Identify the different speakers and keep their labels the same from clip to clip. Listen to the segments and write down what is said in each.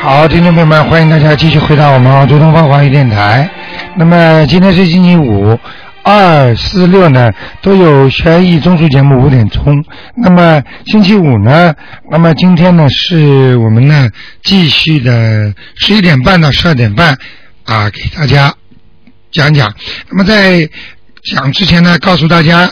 Speaker 1: 好，听众朋友们，欢迎大家继续回到我们澳洲东方华语电台。那么今天是星期五，二四六呢都有悬疑综述节目五点钟。那么星期五呢，那么今天呢是我们呢继续的十一点半到十二点半啊，给大家讲讲。那么在讲之前呢，告诉大家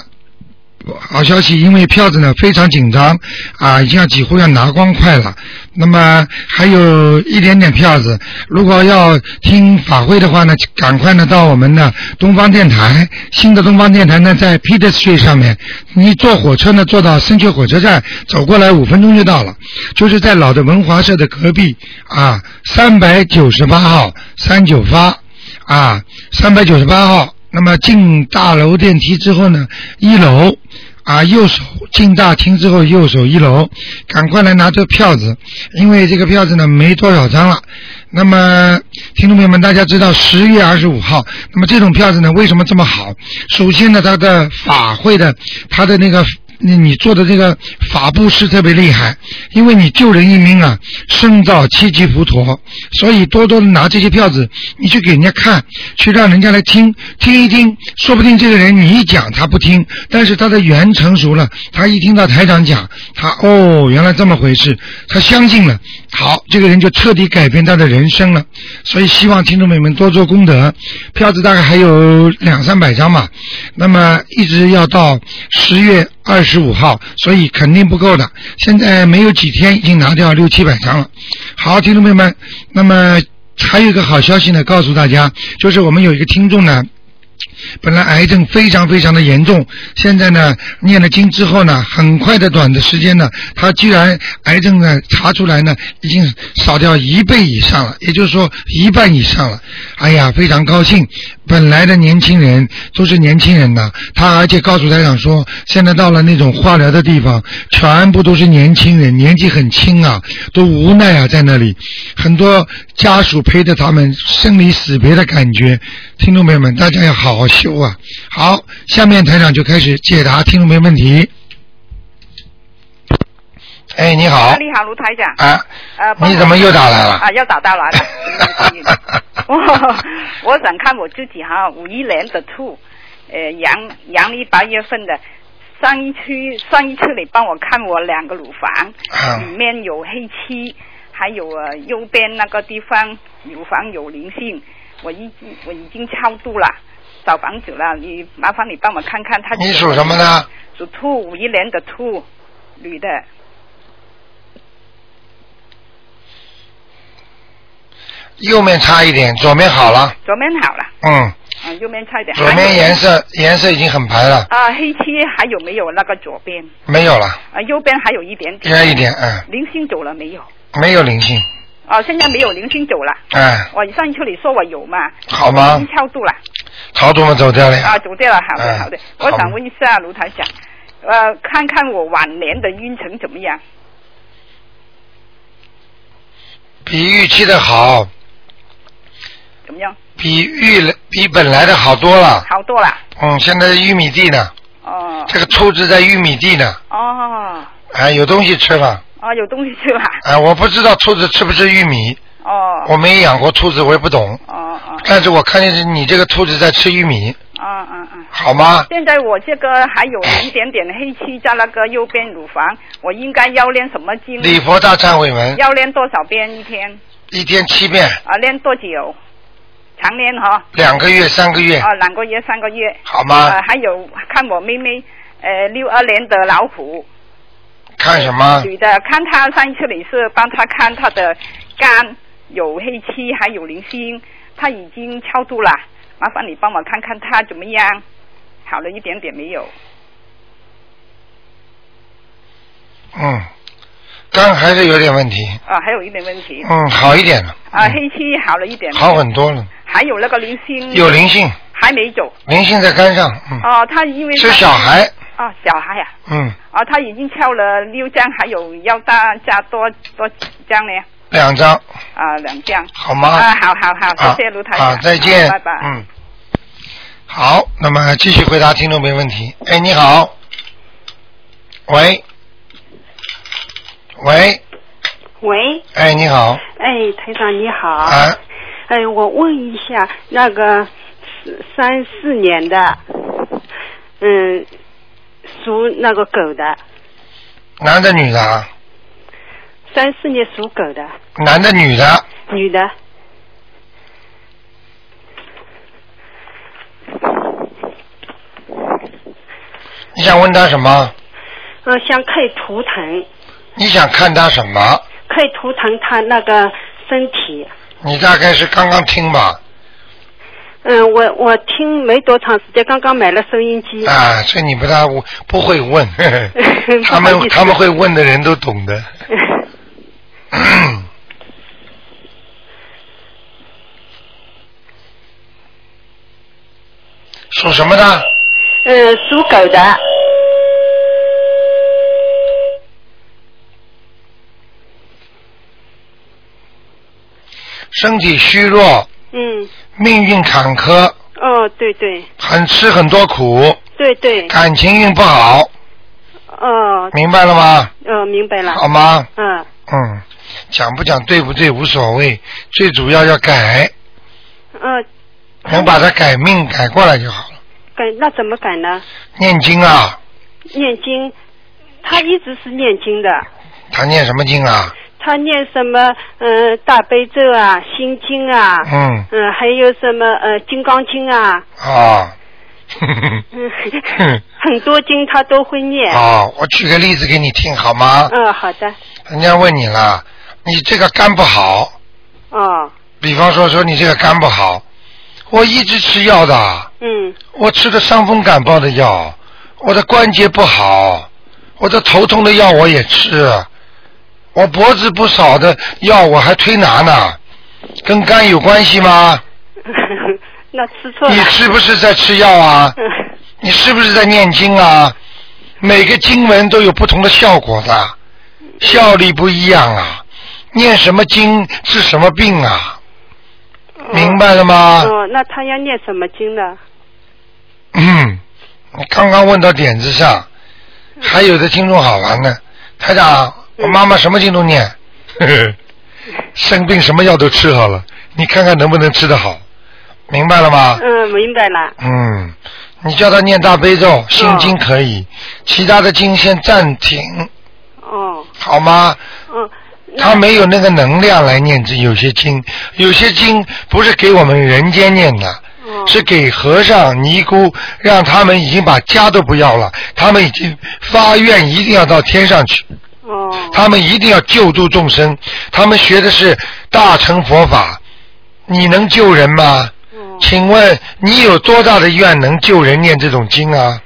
Speaker 1: 好消息，因为票子呢非常紧张啊，已经要几乎要拿光快了。那么还有一点点票子，如果要听法会的话呢，赶快呢到我们的东方电台，新的东方电台呢在 Peter Street 上面，你坐火车呢坐到深圳火车站，走过来五分钟就到了，就是在老的文华社的隔壁啊，三百九十八号三九八啊，三百九十八号。那么进大楼电梯之后呢，一楼啊，右手进大厅之后右手一楼，赶快来拿这票子，因为这个票子呢没多少张了。那么，听众朋友们，大家知道十月二十五号，那么这种票子呢为什么这么好？首先呢，它的法会的它的那个。你你做的这个法布施特别厉害，因为你救人一命啊，胜造七级浮陀，所以多多地拿这些票子，你去给人家看，去让人家来听，听一听，说不定这个人你一讲他不听，但是他的缘成熟了，他一听到台长讲，他哦原来这么回事，他相信了，好，这个人就彻底改变他的人生了。所以希望听众朋友们多做功德，票子大概还有两三百张吧，那么一直要到十月二十五号，所以肯定不够的。现在没有几天，已经拿掉六七百张了。好，听众朋友们，那么还有一个好消息呢，告诉大家，就是我们有一个听众呢。本来癌症非常非常的严重，现在呢念了经之后呢，很快的短的时间呢，他居然癌症呢查出来呢，已经少掉一倍以上了，也就是说一半以上了。哎呀，非常高兴！本来的年轻人都是年轻人呐，他而且告诉台长说，现在到了那种化疗的地方，全部都是年轻人，年纪很轻啊，都无奈啊，在那里，很多家属陪着他们生离死别的感觉。听众朋友们，大家要好好修啊！好，下面台长就开始解答听众朋友问题。哎，你好
Speaker 2: 啊，你好，卢台长。
Speaker 1: 啊，
Speaker 2: 呃，帮我
Speaker 1: 你怎么又打来了？
Speaker 2: 啊， 又打 到来了。对不起我我想看我自己哈，五一年的兔，呃，阳阳历八月份的。上一期上一次你帮我看我两个乳房，
Speaker 1: 啊
Speaker 2: 里面有黑漆，还有呃右边那个地方乳房有灵性，我已经我已经超度了，找房子了。你麻烦你帮我看看他。
Speaker 1: 你属什么？呢？
Speaker 2: 属兔，五一年的兔，女的。
Speaker 1: 右面差一点，左面好了。
Speaker 2: 左面好了，
Speaker 1: 嗯，
Speaker 2: 嗯，右面差一点。
Speaker 1: 左面颜色颜色已经很白了，
Speaker 2: 啊，黑漆还有没有那个左边？
Speaker 1: 没有了，
Speaker 2: 啊，右边还有一点点。
Speaker 1: 偏一点，嗯，
Speaker 2: 零星走了没有？
Speaker 1: 没有灵性，
Speaker 2: 哦，现在没有零星走了。
Speaker 1: 哎，
Speaker 2: 我上一次你说我有嘛？
Speaker 1: 好吗
Speaker 2: 已经超度了。
Speaker 1: 逃怎么走掉了呀？
Speaker 2: 啊，走掉了，好的
Speaker 1: 嗯
Speaker 2: 好的。
Speaker 1: 好
Speaker 2: 我想问一下卢台长，呃，看看我晚年的运程怎么样？
Speaker 1: 比预期的好，
Speaker 2: 怎么样？
Speaker 1: 比预比本来的好多了。
Speaker 2: 好多了。
Speaker 1: 嗯，现在玉米地呢，
Speaker 2: 哦
Speaker 1: 这个兔子在玉米地呢，
Speaker 2: 哦
Speaker 1: 哎，有东西吃了。
Speaker 2: 哦，有东西吃了。
Speaker 1: 哎，我不知道兔子吃不吃玉米，
Speaker 2: 哦
Speaker 1: 我哎没养过兔子，我也不懂。
Speaker 2: 哦哦
Speaker 1: 但是我看见是你这个兔子在吃玉米，
Speaker 2: 哦哦哦。
Speaker 1: 好吗？
Speaker 2: 现在我这个还有一点点黑气在那个右边乳房，我应该要练什么经？
Speaker 1: 礼佛大忏悔文
Speaker 2: 要练多少遍一天？
Speaker 1: 一天七遍，
Speaker 2: 啊，练多久？常练哈，
Speaker 1: 两个月、三个月，
Speaker 2: 啊，两个月、三个月。
Speaker 1: 好吗
Speaker 2: 呃，？还有看我妹妹，呃，六二年的老虎，
Speaker 1: 看什么？
Speaker 2: 女的，看她上一次你是帮她看她的肝有黑气，还有零星，她已经超度了，麻烦你帮我看看她怎么样，好了一点点没有？
Speaker 1: 嗯，肝还是有点问题，
Speaker 2: 啊，还有一点问题。
Speaker 1: 嗯，好一点了，嗯
Speaker 2: 啊，黑气好了一点，
Speaker 1: 好很多了，
Speaker 2: 还有那个零星
Speaker 1: 有灵性，
Speaker 2: 还没走。
Speaker 1: 灵性在肝上，嗯，
Speaker 2: 哦，他因为
Speaker 1: 是小孩，
Speaker 2: 啊，小孩呀、
Speaker 1: 嗯，
Speaker 2: 啊，哦，他已经跳了六张，还有要大加多多几张呢，
Speaker 1: 两张，
Speaker 2: 啊，两张。
Speaker 1: 好吗？
Speaker 2: 啊，好好好，
Speaker 1: 啊
Speaker 2: 谢谢卢台长。
Speaker 1: 啊，再见，
Speaker 2: 拜拜。
Speaker 1: 嗯，好，那么继续回答听众没问题。哎，你好，喂，喂，
Speaker 3: 喂，
Speaker 1: 哎，你好，
Speaker 3: 哎，台长你好。
Speaker 1: 啊，
Speaker 3: 哎，我问一下，那个四三四年的，嗯，属那个狗的，
Speaker 1: 男的女的啊？
Speaker 3: 三四年属狗的，
Speaker 1: 男的女的？
Speaker 3: 女的，
Speaker 1: 你想问他什么？
Speaker 3: 嗯、想看图腾，
Speaker 1: 你想看他什么？
Speaker 3: 看图腾他那个身体。
Speaker 1: 你大概是刚刚听吧？
Speaker 3: 嗯，我我听没多长时间，刚刚买了收音
Speaker 2: 嗯
Speaker 3: 机。
Speaker 1: 啊，这你不大不不会 问， 呵呵
Speaker 3: 不好意思
Speaker 1: 他们他们会问的人都懂的。 属什么的？
Speaker 3: 嗯，属狗的，
Speaker 1: 身体虚弱，
Speaker 3: 嗯，
Speaker 1: 命运坎坷，
Speaker 3: 哦，对对
Speaker 1: 很吃很多苦，
Speaker 3: 对对，
Speaker 1: 感情运不好，
Speaker 3: 哦，
Speaker 1: 明白了吗？
Speaker 3: 呃，明白了，
Speaker 1: 好吗？
Speaker 3: 嗯，
Speaker 1: 嗯，讲不讲对不对无所谓，最主要要改，
Speaker 3: 呃，
Speaker 1: 能把它改命改过来就好了。
Speaker 3: 改那怎么改呢？
Speaker 1: 念经啊，
Speaker 3: 念经，他一直是念经的，
Speaker 1: 他念什么经啊？
Speaker 3: 他念什么？嗯、大悲咒啊，心经啊，
Speaker 1: 嗯，
Speaker 3: 嗯、还有什么？呃，金刚经啊，
Speaker 1: 啊，
Speaker 3: 嗯， 很多经他都会念。
Speaker 1: 啊，我举个例子给你听好吗？
Speaker 3: 嗯、好的，
Speaker 1: 人家问你了，你这个肝不好，
Speaker 3: 哦，
Speaker 1: 比方说说你这个肝不好，我一直吃药的，
Speaker 3: 嗯，
Speaker 1: 我吃的伤风感冒的药，我的关节不好，我的头痛的药我也吃，我脖子不少的药我还推拿呢，跟肝有关系吗？
Speaker 3: 那吃错了
Speaker 1: 你。是不是在吃药啊？
Speaker 3: 嗯
Speaker 1: 你是不是在念经啊？每个经文都有不同的效果的，效力不一样啊。念什么经治什么病啊？明白了吗？
Speaker 3: 哦，那他要念什么经呢？
Speaker 1: 嗯，你刚刚问到点子上，还有的听众好玩呢。台长，我妈妈什么经都念， 呵呵生病什么药都吃好了，你看看能不能吃得好，明白了吗？
Speaker 3: 嗯，明白了。
Speaker 1: 嗯，你叫他念大悲咒、心经可以，其他的经先暂停，
Speaker 3: 哦，
Speaker 1: 好吗？
Speaker 3: 嗯，
Speaker 1: 他
Speaker 3: 那
Speaker 1: 没有那个能量来念这有些经，有些经不是给我们人间念的，
Speaker 3: 哦
Speaker 1: 是给和尚、尼姑，让他们已经把家都不要了，他们已经发愿一定要到天上去，
Speaker 3: 哦
Speaker 1: 他们一定要救度众生，他们学的是大乘佛法，你能救人吗？
Speaker 3: 哦
Speaker 1: 请问你有多大的愿能救人念这种经啊？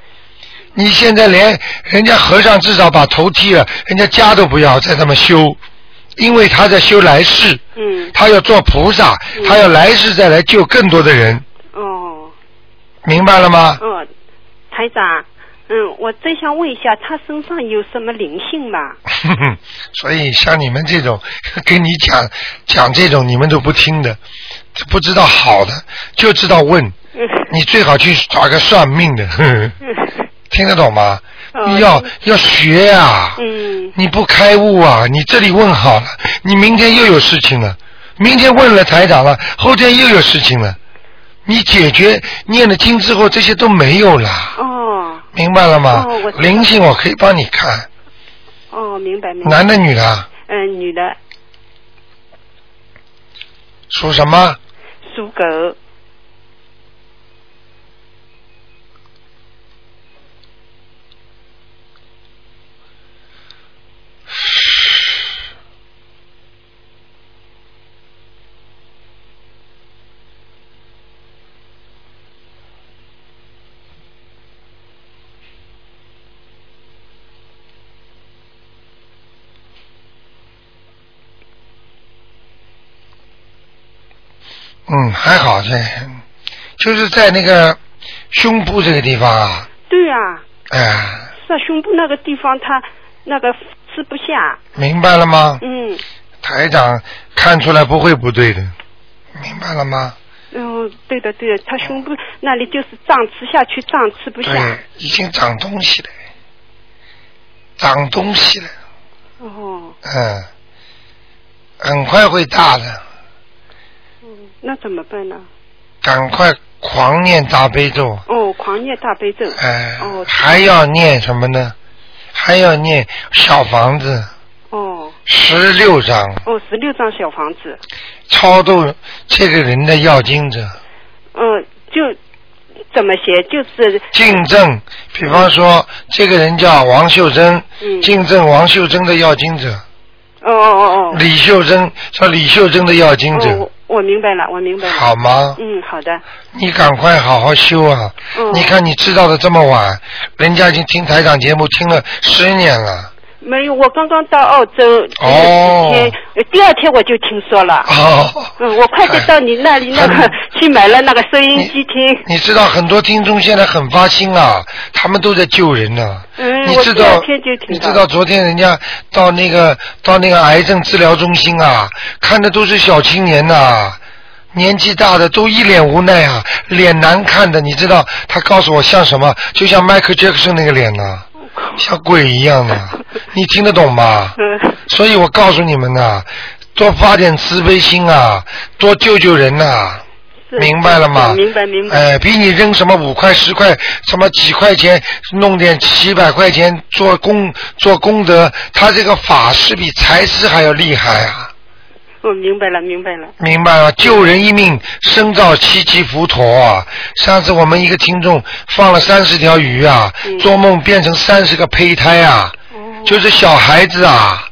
Speaker 1: 你现在连人家和尚至少把头剃了，人家家都不要，在他们修，因为他在修来世，
Speaker 3: 嗯
Speaker 1: 他要做菩萨，他要来世再来救更多的人，
Speaker 3: 哦
Speaker 1: 明白了吗？
Speaker 3: 哦，台长，嗯，我真想问一下，他身上有什么灵性吗？
Speaker 1: 所以像你们这种 跟你讲讲这种，你们都不听的，不知道好的，就知道问，
Speaker 3: 嗯
Speaker 1: 你最好去找个算命的，
Speaker 3: 嗯
Speaker 1: 听得懂吗？
Speaker 3: 哦
Speaker 1: 要要学啊呀、
Speaker 3: 嗯
Speaker 1: 你不开悟啊！你这里问好了，你明天又有事情了，明天问了台长了，后天又有事情了。你解决念了经之后，这些都没有了，
Speaker 3: 哦
Speaker 1: 明白了吗？
Speaker 3: 哦我知道
Speaker 1: 灵性我可以帮你看，
Speaker 3: 哦，明白明白。
Speaker 1: 男的女的啊，
Speaker 3: 嗯、女的
Speaker 1: 属什么？
Speaker 3: 属狗。
Speaker 1: 嗯，还好这，就是在那个胸部这个地方啊，
Speaker 3: 对啊，
Speaker 1: 哎，
Speaker 3: 是啊，胸部那个地方他那个吃不下。
Speaker 1: 明白了吗？
Speaker 3: 嗯
Speaker 1: 台长看出来不会不对的，明白了吗？
Speaker 3: 嗯，对的对的，他胸部那里就是胀，吃下去胀，吃不下。啊
Speaker 1: 对，已经长东西了，长东西了，
Speaker 3: 哦
Speaker 1: 嗯，很快会大的，
Speaker 3: 嗯，那怎么办呢？
Speaker 1: 赶快狂念大悲咒，
Speaker 3: 哦，狂念大悲咒。
Speaker 1: 哎、
Speaker 3: 哦
Speaker 1: 还要念什么呢？还要念小房子
Speaker 3: 哦
Speaker 1: 十六章，
Speaker 3: 哦，十六张小房子，
Speaker 1: 超度这个人的要经者，
Speaker 3: 嗯、就怎么写？就是
Speaker 1: 敬正，比方说这个人叫王秀珍，
Speaker 3: 嗯，
Speaker 1: 敬正王秀珍的要经者，
Speaker 3: 哦哦哦哦，
Speaker 1: 李秀珍叫李秀珍的要经
Speaker 3: 哦
Speaker 1: 者，
Speaker 3: 我我明白了，我明白了。
Speaker 1: 好吗？
Speaker 3: 嗯，好的。
Speaker 1: 你赶快好好修啊！
Speaker 3: 嗯，
Speaker 1: 你看你知道的这么晚，人家已经听台长节目听了十年了。
Speaker 3: 没有，我刚刚到澳洲只有
Speaker 1: 哦
Speaker 3: 几天，呃第二天我就听说了。
Speaker 1: 哦，
Speaker 3: 嗯，我快点到你那里那个
Speaker 1: 哎
Speaker 3: 去买了那个收音机听。
Speaker 1: 你知道很多听众现在很发心啊，他们都在救人呢、
Speaker 3: 嗯，
Speaker 1: 你
Speaker 3: 我
Speaker 1: 知
Speaker 3: 第二
Speaker 1: 道
Speaker 3: 天就，听
Speaker 1: 你
Speaker 3: 到
Speaker 1: 知道昨天人家到那个到那个癌症治疗中心啊，看的都是小青年呐、年纪大的都一脸无奈啊，脸难看的。你知道他告诉我像什么？就像 Michael Jackson 那个脸呐、 像鬼一样的。你听得懂吗？
Speaker 3: 嗯
Speaker 1: 所以我告诉你们呐、多发点慈悲心啊，多救救人呐、
Speaker 3: 是
Speaker 1: 明白了吗？
Speaker 3: 是明白明白。
Speaker 1: 哎，比你扔什么五块十块，什么几块钱，弄点几百块钱做功做功德，他这个法是比财师还要厉害啊！
Speaker 3: 我哦明白了明白了。
Speaker 1: 明白了，救人一命胜造七级浮屠啊！上次我们一个听众放了三十条鱼啊，
Speaker 3: 嗯
Speaker 1: 做梦变成三十个胚胎啊，
Speaker 3: 哦
Speaker 1: 就是小孩子啊。
Speaker 3: 哦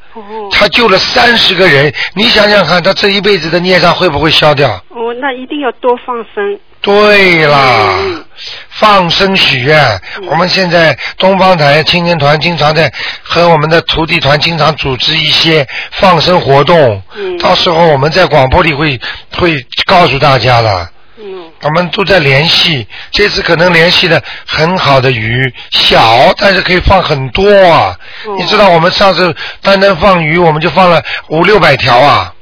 Speaker 1: 他救了三十个人，你想想看，他这一辈子的孽障会不会消掉？
Speaker 3: 哦，那一定要多放生。
Speaker 1: 对啦，
Speaker 3: 嗯
Speaker 1: 放生许愿。
Speaker 3: 嗯
Speaker 1: 我们现在东方台青年团经常在和我们的徒弟团经常组织一些放生活动，
Speaker 3: 嗯
Speaker 1: 到时候我们在广播里会会告诉大家的。
Speaker 3: 嗯
Speaker 1: 我们都在联系，这次可能联系的很好的鱼，小但是可以放很多啊。
Speaker 3: 哦
Speaker 1: 你知道我们上次单单放鱼，我们就放了五六百条啊，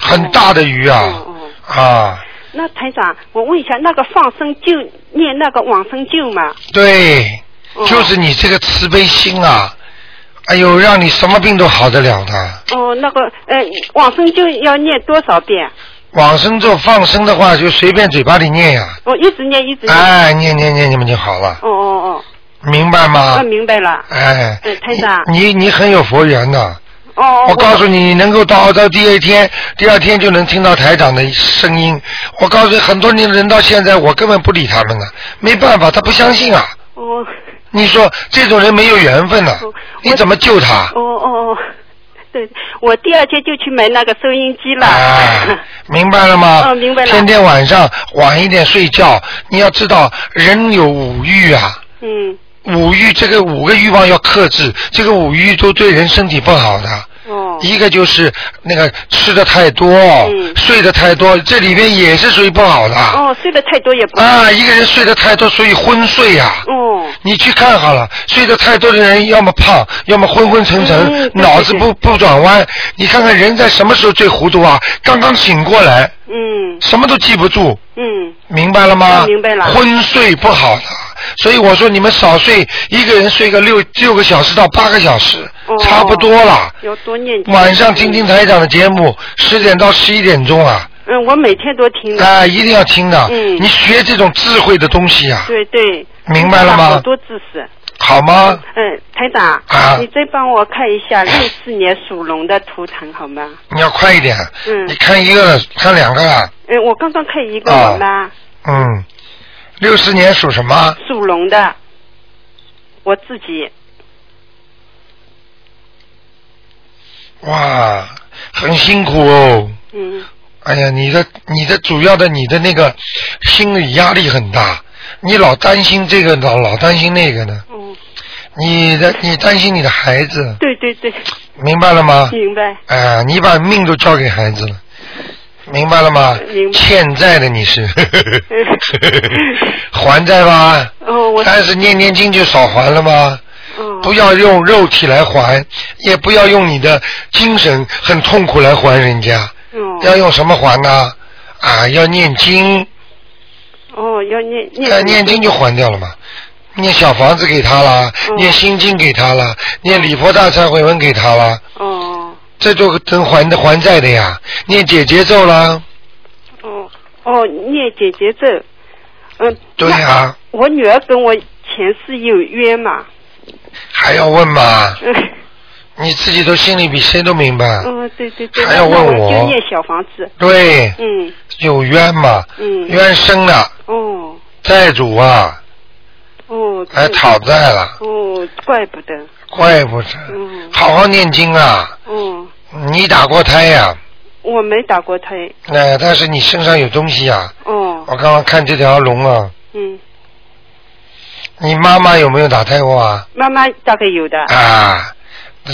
Speaker 1: 很大的鱼啊、
Speaker 3: 哦哦。
Speaker 1: 啊，
Speaker 3: 那台长，我问一下，那个放生就念那个往生咒嘛？
Speaker 1: 对，
Speaker 3: 哦
Speaker 1: 就是你这个慈悲心啊，哎呦，让你什么病都好得了的。
Speaker 3: 哦，那个呃，往生咒要念多少遍？
Speaker 1: 往生咒放生的话，就随便嘴巴里念呀、
Speaker 3: 我一直念一直念。
Speaker 1: 哎，念念念你们就好了，
Speaker 3: 哦哦
Speaker 1: 明白
Speaker 3: 哦，
Speaker 1: 吗
Speaker 3: 我？明白了。
Speaker 1: 哎
Speaker 3: 嗯，台长
Speaker 1: 你你你很有佛缘的、
Speaker 3: 哦哦，
Speaker 1: 我告诉你，你能够到澳洲第一天，第二天就能听到台长的声音。我告诉你，很多年人到现在，我根本不理他们了，没办法，他不相信啊。
Speaker 3: 哦
Speaker 1: 你说这种人没有缘分呐、
Speaker 3: 我
Speaker 1: 你怎么救他
Speaker 3: 哦？哦哦，对，我第二天就去买那个收音机了。
Speaker 1: 哎，明白了吗？
Speaker 3: 嗯明白了
Speaker 1: 天天晚上晚一点睡觉，你要知道，人有五欲啊，
Speaker 3: 嗯，
Speaker 1: 五欲这个五个欲望要克制，这个五欲都对人身体不好的。
Speaker 3: 哦
Speaker 1: 一个就是那个吃的太多，
Speaker 3: 嗯
Speaker 1: 睡的太多，这里边也是属于不好的。
Speaker 3: 哦，睡得太多也不好。
Speaker 1: 啊，一个人睡得太多，所以昏睡呀、
Speaker 3: 哦
Speaker 1: 你去看好了，睡得太多的人，要么胖，要么昏昏沉沉，
Speaker 3: 嗯对
Speaker 1: 脑子不不转弯。你看看人在什么时候最糊涂啊？刚刚醒过来，
Speaker 3: 嗯
Speaker 1: 什么都记不住，
Speaker 3: 嗯
Speaker 1: 明白了吗？
Speaker 3: 嗯明白了
Speaker 1: 昏睡不好的，所以我说你们少睡，一个人睡个六六个小时到八个小时，
Speaker 3: 哦嗯
Speaker 1: 差不多了。
Speaker 3: 要多念经。
Speaker 1: 晚上听听台长的节目，十点到十一点钟啊，
Speaker 3: 嗯，我每天都听的。
Speaker 1: 啊、一定要听的。
Speaker 3: 嗯
Speaker 1: 你学这种智慧的东西啊，
Speaker 3: 对对。
Speaker 1: 明白了吗
Speaker 3: 好多知识。
Speaker 1: 好吗？
Speaker 3: 嗯，台长，
Speaker 1: 啊
Speaker 3: 你再帮我看一下六四年属龙的图腾好吗？
Speaker 1: 你要快一点。
Speaker 3: 嗯
Speaker 1: 你看一个，看两个啊。
Speaker 3: 嗯，我刚刚看一个
Speaker 1: 啊
Speaker 3: 我妈
Speaker 1: 嗯，六四年属什么？
Speaker 3: 属龙的，我自己，
Speaker 1: 哇，很辛苦哦。
Speaker 3: 嗯，
Speaker 1: 哎呀，你的你的主要的你的那个心理压力很大，你老担心这个，老老担心那个呢。
Speaker 3: 哦，
Speaker 1: 你的你担心你的孩子，
Speaker 3: 对对对，
Speaker 1: 明白了吗？
Speaker 3: 明白，
Speaker 1: 哎、你把命都交给孩子了，明白了吗？
Speaker 3: 明白
Speaker 1: 欠债的你 是，还债吧。
Speaker 3: 哦，我，
Speaker 1: 但是念念经就少还了吗？
Speaker 3: 哦，
Speaker 1: 哎不要用肉体来还，也不要用你的精神很痛苦来还人家，要
Speaker 3: 哦，
Speaker 1: 用什么还呢？啊，要念经，
Speaker 3: 哦，要念念
Speaker 1: 呃，念经就还掉了嘛。念小房子给他啦，
Speaker 3: 嗯
Speaker 1: 念心经给他啦，念礼佛大忏悔文给他啦，
Speaker 3: 哦，
Speaker 1: 这就能还的还债的呀，念姐姐咒啦，
Speaker 3: 哦哦，念姐姐咒，嗯，
Speaker 1: 对啊呀、
Speaker 3: 那我女儿跟我前世有约嘛，
Speaker 1: 还要问吗？
Speaker 3: 嗯
Speaker 1: 啊 你自己都心里比谁都明白。
Speaker 3: 嗯，对对对，
Speaker 1: 还要问
Speaker 3: 那
Speaker 1: 我
Speaker 3: 我就念小房子，
Speaker 1: 对，
Speaker 3: 嗯
Speaker 1: 有冤嘛，
Speaker 3: 嗯，
Speaker 1: 冤生了，
Speaker 3: 哦
Speaker 1: 债主啊
Speaker 3: 哦，
Speaker 1: 来
Speaker 3: 对
Speaker 1: 讨债了，
Speaker 3: 哦，怪不得，
Speaker 1: 怪不得。
Speaker 3: 嗯
Speaker 1: 好好念经啊，
Speaker 3: 哦，
Speaker 1: 你打过胎呀、
Speaker 3: 我没打过胎，
Speaker 1: 那、但是你身上有东西啊。
Speaker 3: 哦
Speaker 1: 我刚刚看这条龙啊，
Speaker 3: 嗯，
Speaker 1: 你妈妈有没有打胎过啊？
Speaker 3: 妈妈大概有的，
Speaker 1: 啊，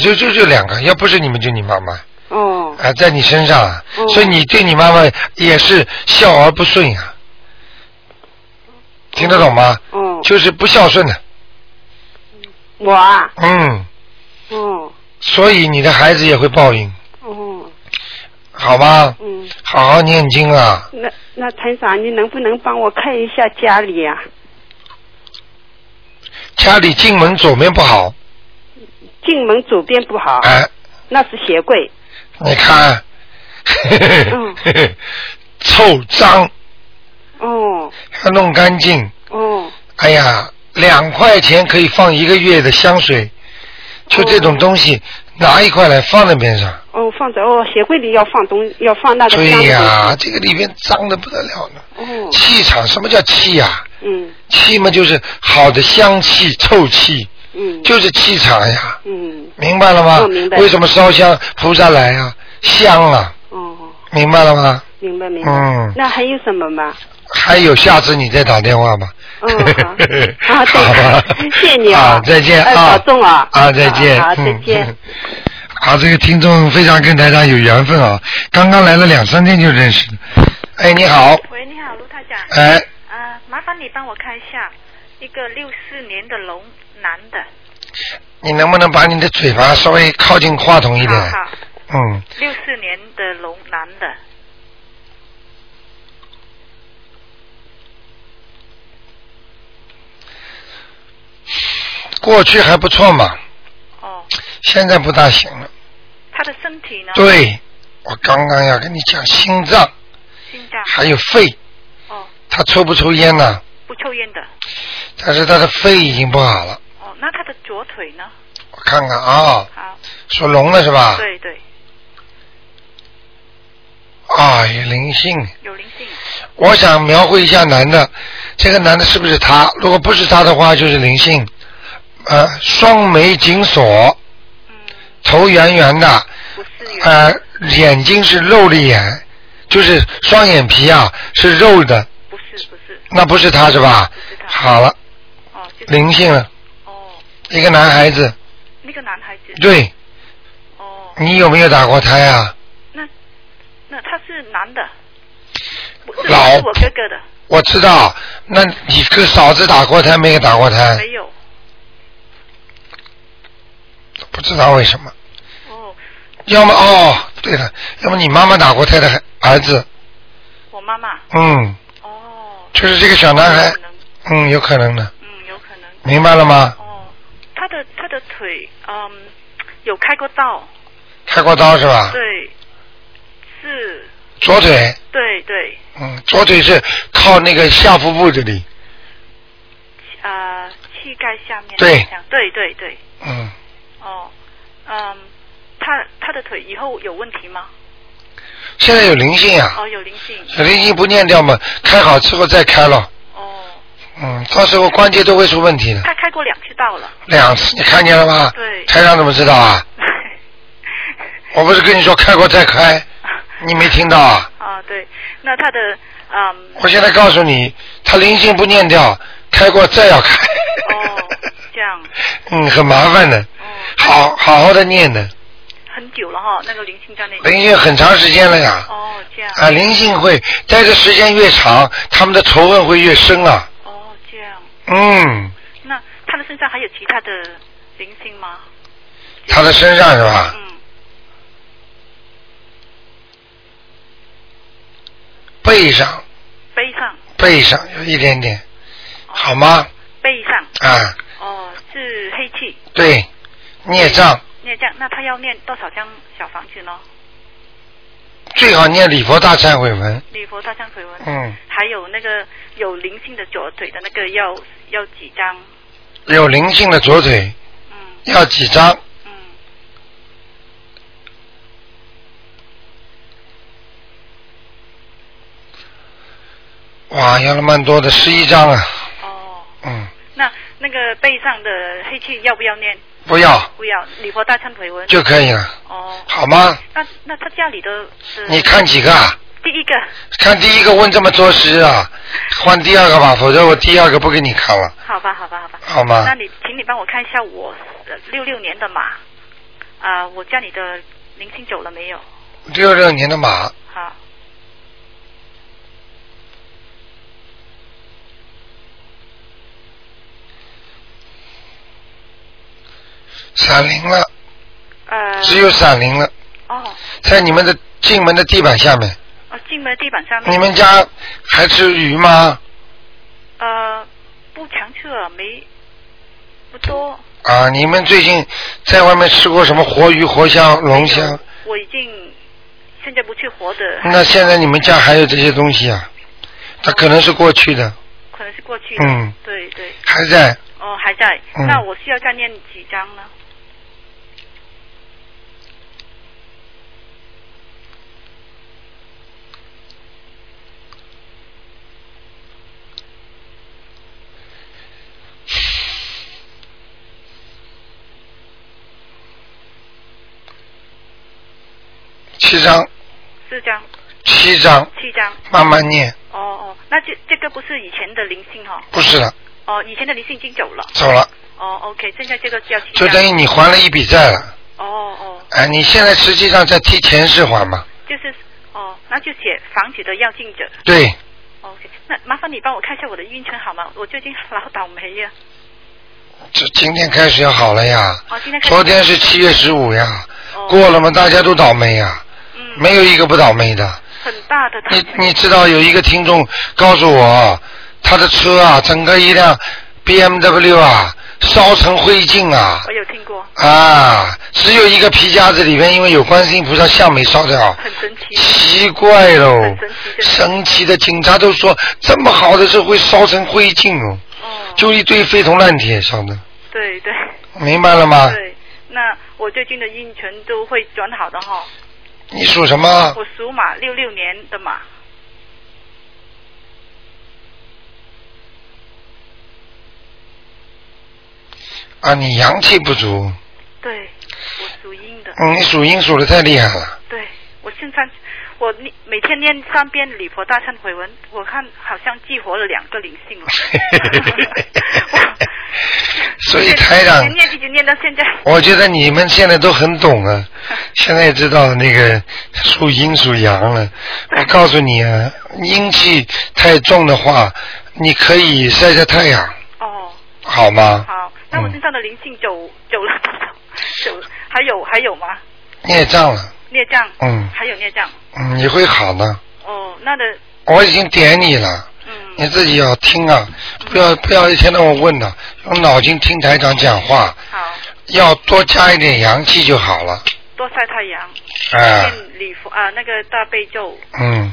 Speaker 1: 就就就两个，要不是你们就你妈妈
Speaker 3: 哦
Speaker 1: 啊，在你身上啊，
Speaker 3: 哦
Speaker 1: 所以你对你妈妈也是孝而不顺呀、听得懂吗？
Speaker 3: 哦，
Speaker 1: 就是不孝顺的，
Speaker 3: 我啊，
Speaker 1: 嗯，
Speaker 3: 哦
Speaker 1: 所以你的孩子也会报应，
Speaker 3: 哦
Speaker 1: 好吗？
Speaker 3: 嗯。
Speaker 1: 好好念经啊，
Speaker 3: 那那团长，你能不能帮我看一下家里啊？
Speaker 1: 家里进门左面不好，
Speaker 3: 进门左边不好，
Speaker 1: 哎、
Speaker 3: 那是鞋柜。
Speaker 1: 你看，
Speaker 3: 嗯
Speaker 1: 臭脏
Speaker 3: 哦
Speaker 1: 要弄干净。
Speaker 3: 哦
Speaker 1: 哎呀，两块钱可以放一个月的香水，就这种东西，拿一块来放在边上。
Speaker 3: 哦，放着哦，鞋柜里要放东，要放那个
Speaker 1: 对
Speaker 3: 箱子。
Speaker 1: 呀、这个里边脏的不得了呢。
Speaker 3: 哦，
Speaker 1: 气场，什么叫气呀、
Speaker 3: 嗯
Speaker 1: 气嘛就是好的香气、臭气，
Speaker 3: 嗯
Speaker 1: 就是气场呀，
Speaker 3: 嗯
Speaker 1: 明白了吗？
Speaker 3: 哦明白
Speaker 1: 为什么烧香菩萨来啊？香啊，
Speaker 3: 哦，
Speaker 1: 明白了吗？
Speaker 3: 明白明白。
Speaker 1: 嗯
Speaker 3: 那还有什么吗？
Speaker 1: 还有，下次你再打电话吧。
Speaker 3: 嗯 好啊对
Speaker 1: 好吧，
Speaker 3: 谢谢
Speaker 4: 哦
Speaker 3: 你啊
Speaker 1: 好再见
Speaker 3: 哎
Speaker 1: 啊，
Speaker 3: 保重啊
Speaker 1: 啊，再见，
Speaker 3: 好好再
Speaker 1: 嗯
Speaker 3: 见。
Speaker 1: 嗯好，这个听众非常跟台长有缘分啊，刚刚来了两三天就认识了。哎，你好，
Speaker 5: 喂，你好，卢台长。
Speaker 1: 哎，
Speaker 5: 呃，麻烦你帮我看一下一个六四年的龙男的。
Speaker 1: 你能不能把你的嘴巴稍微靠近话筒一点？
Speaker 5: 啊好好，
Speaker 1: 嗯，
Speaker 5: 六四年的龙男的。
Speaker 1: 过去还不错嘛，
Speaker 5: 哦，
Speaker 1: 现在不大行了。
Speaker 5: 他的身体
Speaker 3: 嗯
Speaker 5: 呢？。
Speaker 1: 对，我刚刚要跟你讲，心脏
Speaker 5: 心脏。
Speaker 1: 还有肺，
Speaker 5: 哦，
Speaker 1: 他抽不抽烟呢、
Speaker 5: 不抽烟的。
Speaker 1: 但是他的肺已经不好了。
Speaker 5: 哦，那他的左腿呢？
Speaker 1: 我看看啊，
Speaker 5: 好，
Speaker 1: 属龙了是吧？。
Speaker 5: 对对，
Speaker 1: 啊，有灵性。
Speaker 5: 有灵性。
Speaker 1: 我想描绘一下男的，这个男的是不是他？如果不是他的话，就是灵性。呃，双眉紧锁，
Speaker 5: 嗯，
Speaker 1: 头圆圆的，
Speaker 5: 不是有。
Speaker 1: 呃，眼睛是肉的眼，就是双眼皮啊是肉的，
Speaker 5: 不是不是
Speaker 1: 那不是他是吧
Speaker 5: 不？是他。。
Speaker 1: 好了，
Speaker 5: 哦，就是。
Speaker 1: 灵性了，
Speaker 5: 哦，
Speaker 1: 一个男孩子。
Speaker 5: 那个男孩子。。
Speaker 1: 对，
Speaker 5: 哦，
Speaker 1: 你有没有打过胎啊？
Speaker 5: 那他是男的。不是
Speaker 1: 老
Speaker 5: 是我哥哥的，
Speaker 1: 我知道，那你跟嫂子打过胎没有打过胎？
Speaker 5: 没有。
Speaker 1: 不知道为什么。
Speaker 5: 哦，
Speaker 1: 要么哦，对了，要么你妈妈打过胎的孩儿子，
Speaker 5: 我妈妈。
Speaker 1: 嗯，
Speaker 5: 哦。
Speaker 1: 就是这个小男孩
Speaker 5: 有可，能，
Speaker 1: 嗯，有可能的，
Speaker 5: 嗯，有可能。
Speaker 1: 明白了吗？
Speaker 5: 哦，他的他的腿，嗯，有开过刀，
Speaker 1: 开过刀是吧？
Speaker 5: 对，是，
Speaker 1: 左腿，
Speaker 5: 对对，
Speaker 1: 嗯，左腿是靠那个下腹部这里，
Speaker 5: 啊、膝盖下面，
Speaker 1: 对
Speaker 5: 好像对对对，
Speaker 1: 嗯，
Speaker 5: 哦，嗯，他他的腿以后有问题吗？
Speaker 1: 现在有灵性啊，
Speaker 5: 哦，有灵性，
Speaker 1: 有灵性不念掉嘛，开好之后再开了，
Speaker 5: 哦，
Speaker 1: 嗯，到时候关节都会出问题的，
Speaker 5: 他开过两次刀了，
Speaker 1: 两次你看见了吗？
Speaker 5: 对
Speaker 1: 台长怎么知道啊？我不是跟你说开过再开，你没听到啊？
Speaker 5: 啊，对，那他的，嗯，
Speaker 1: 我现在告诉你，他灵性不念掉，开过再要开。
Speaker 5: 哦，这样，
Speaker 1: 嗯，很麻烦的，
Speaker 5: 哦，
Speaker 1: 好好好的念的，
Speaker 5: 很久了哈，那个灵性在那里，
Speaker 1: 灵性很长时间了呀。
Speaker 5: 哦，这样，
Speaker 1: 啊，灵性会待的时间越长，他们的仇恨会越深啊。
Speaker 5: 哦，这样。
Speaker 1: 嗯，
Speaker 5: 那他的身上还有其他的灵性吗？
Speaker 1: 他的身上是吧？
Speaker 5: 嗯，
Speaker 1: 背上
Speaker 5: 背上，
Speaker 1: 背上有一点点，
Speaker 5: 哦、
Speaker 1: 好？吗？
Speaker 5: 背上，
Speaker 1: 啊，
Speaker 5: 哦，是黑气
Speaker 1: 对，孽障
Speaker 5: 孽障，那他要念多少张小房子咯，
Speaker 1: 最好念礼佛大忏悔文。
Speaker 5: 礼佛大忏悔文，
Speaker 1: 嗯，
Speaker 5: 还有那个有灵性的左腿的那个要要几张？
Speaker 1: 有灵性的左腿
Speaker 5: 嗯
Speaker 1: 要几张？
Speaker 5: 嗯，
Speaker 1: 哇，要了蛮多的，十一张啊。
Speaker 5: 哦，
Speaker 1: 嗯，
Speaker 5: 那那个背上的黑气要不要念？
Speaker 1: 不要
Speaker 5: 不要，礼佛大忏悔文。
Speaker 1: 就可以了，
Speaker 5: 哦，
Speaker 1: 好吗？
Speaker 5: 那那他家里的是
Speaker 1: 你看几个？啊？
Speaker 5: 第一个
Speaker 1: 看第一个问这么多时啊，换第二个吧，否则我第二个不给你看了，
Speaker 5: 好吧，好吧，好吧。
Speaker 1: 好吗
Speaker 5: 那？你，请你帮我看一下我呃六六年的马，啊、我家里的零星走了没有？啊
Speaker 1: 六六年的马，
Speaker 5: 好，
Speaker 1: 闪灵了，
Speaker 5: 呃，
Speaker 1: 只有闪灵了，
Speaker 5: 哦，
Speaker 1: 在你们的进门的地板下面。
Speaker 5: 哦，进门地板上面，
Speaker 1: 你们家还吃鱼吗？
Speaker 5: 呃不常吃啊，没不多，
Speaker 1: 啊，你们最近在外面吃过什么活鱼、活虾、龙虾？
Speaker 5: 我已经现在不去活的，
Speaker 1: 那现在你们家还有这些东西啊？它可能是过去的，
Speaker 5: 可能是过去的，
Speaker 1: 嗯
Speaker 5: 对对，
Speaker 1: 还在。
Speaker 5: 哦还在，
Speaker 1: 嗯
Speaker 5: 那我需要再念几张呢？
Speaker 1: 七张，
Speaker 5: 四张、
Speaker 1: 七张，
Speaker 5: 七张，
Speaker 1: 慢慢念。
Speaker 5: 哦哦，那这这个不是以前的灵性哈、
Speaker 1: 不是了，
Speaker 5: 哦，以前的灵性已经走了，
Speaker 1: 走了，
Speaker 5: 哦，OK，现在这个叫七
Speaker 1: 就
Speaker 5: 张，
Speaker 1: 等于你还了一笔债了。
Speaker 5: 哦哦，
Speaker 1: 哎，你现在实际上在替前世还嘛？
Speaker 5: 就是哦，那就写房子的要进者
Speaker 1: 对，
Speaker 5: ，OK，那麻烦你帮我看一下我的运程好吗？我最近老倒霉呀、
Speaker 1: 这今天开始要好了呀。
Speaker 5: 哦，今天开始
Speaker 1: 昨天是七月十五呀，
Speaker 5: 哦
Speaker 1: 过了嘛，大家都倒霉呀，
Speaker 5: 嗯，
Speaker 1: 没有一个不倒霉的。
Speaker 5: 很大的倒
Speaker 1: 你
Speaker 5: 霉
Speaker 1: 你知道有一个听众告诉我，他的车啊，整个一辆 BMW 啊，烧成灰烬啊
Speaker 5: 我有听过，
Speaker 1: 啊，只有一个皮夹子里面，因为有观世音菩萨像没烧掉，
Speaker 5: 很神奇，
Speaker 1: 奇怪喽
Speaker 5: 嗯很神奇，的
Speaker 1: 神奇的，警察都说这么好的车会烧成灰烬哦，
Speaker 5: 哦，
Speaker 1: 就一堆飞铜烂铁烧的，
Speaker 5: 对对
Speaker 1: 明白了吗？
Speaker 5: 对，那我最近的运程都会转好的哈、
Speaker 1: 你属什么？
Speaker 5: 我属马，六六年的马，
Speaker 1: 啊，你阳气不足，
Speaker 5: 对，我属阴的，
Speaker 1: 嗯你属阴属的太厉害 了，。
Speaker 5: 对，我现在我念每天念三遍礼佛大忏悔文，我看好像激活了两个灵性了
Speaker 1: 所以台长
Speaker 5: 一直念一直念到现在，
Speaker 1: 我觉得你们现在都很懂啊，现在也知道那个属阴属阳了。我告诉你啊，阴气太重的话，你可以晒晒太阳，
Speaker 5: 哦，
Speaker 1: 好吗？
Speaker 5: 好，那我身上的灵性走走了多少？走还有还有吗？
Speaker 1: 孽障了，
Speaker 5: 孽障，
Speaker 1: 嗯
Speaker 5: 还有孽障，
Speaker 1: 嗯，你会好的。
Speaker 5: 哦，那的，
Speaker 1: 我已经点你了，你
Speaker 5: 嗯，
Speaker 1: 自己要听啊，不要不要一天到晚问了，用脑筋听台长讲话，
Speaker 5: 好
Speaker 1: 要多加一点阳气就好了。
Speaker 5: 多晒太阳，
Speaker 1: 啊，
Speaker 5: 念礼佛啊，那个大悲咒，
Speaker 1: 嗯，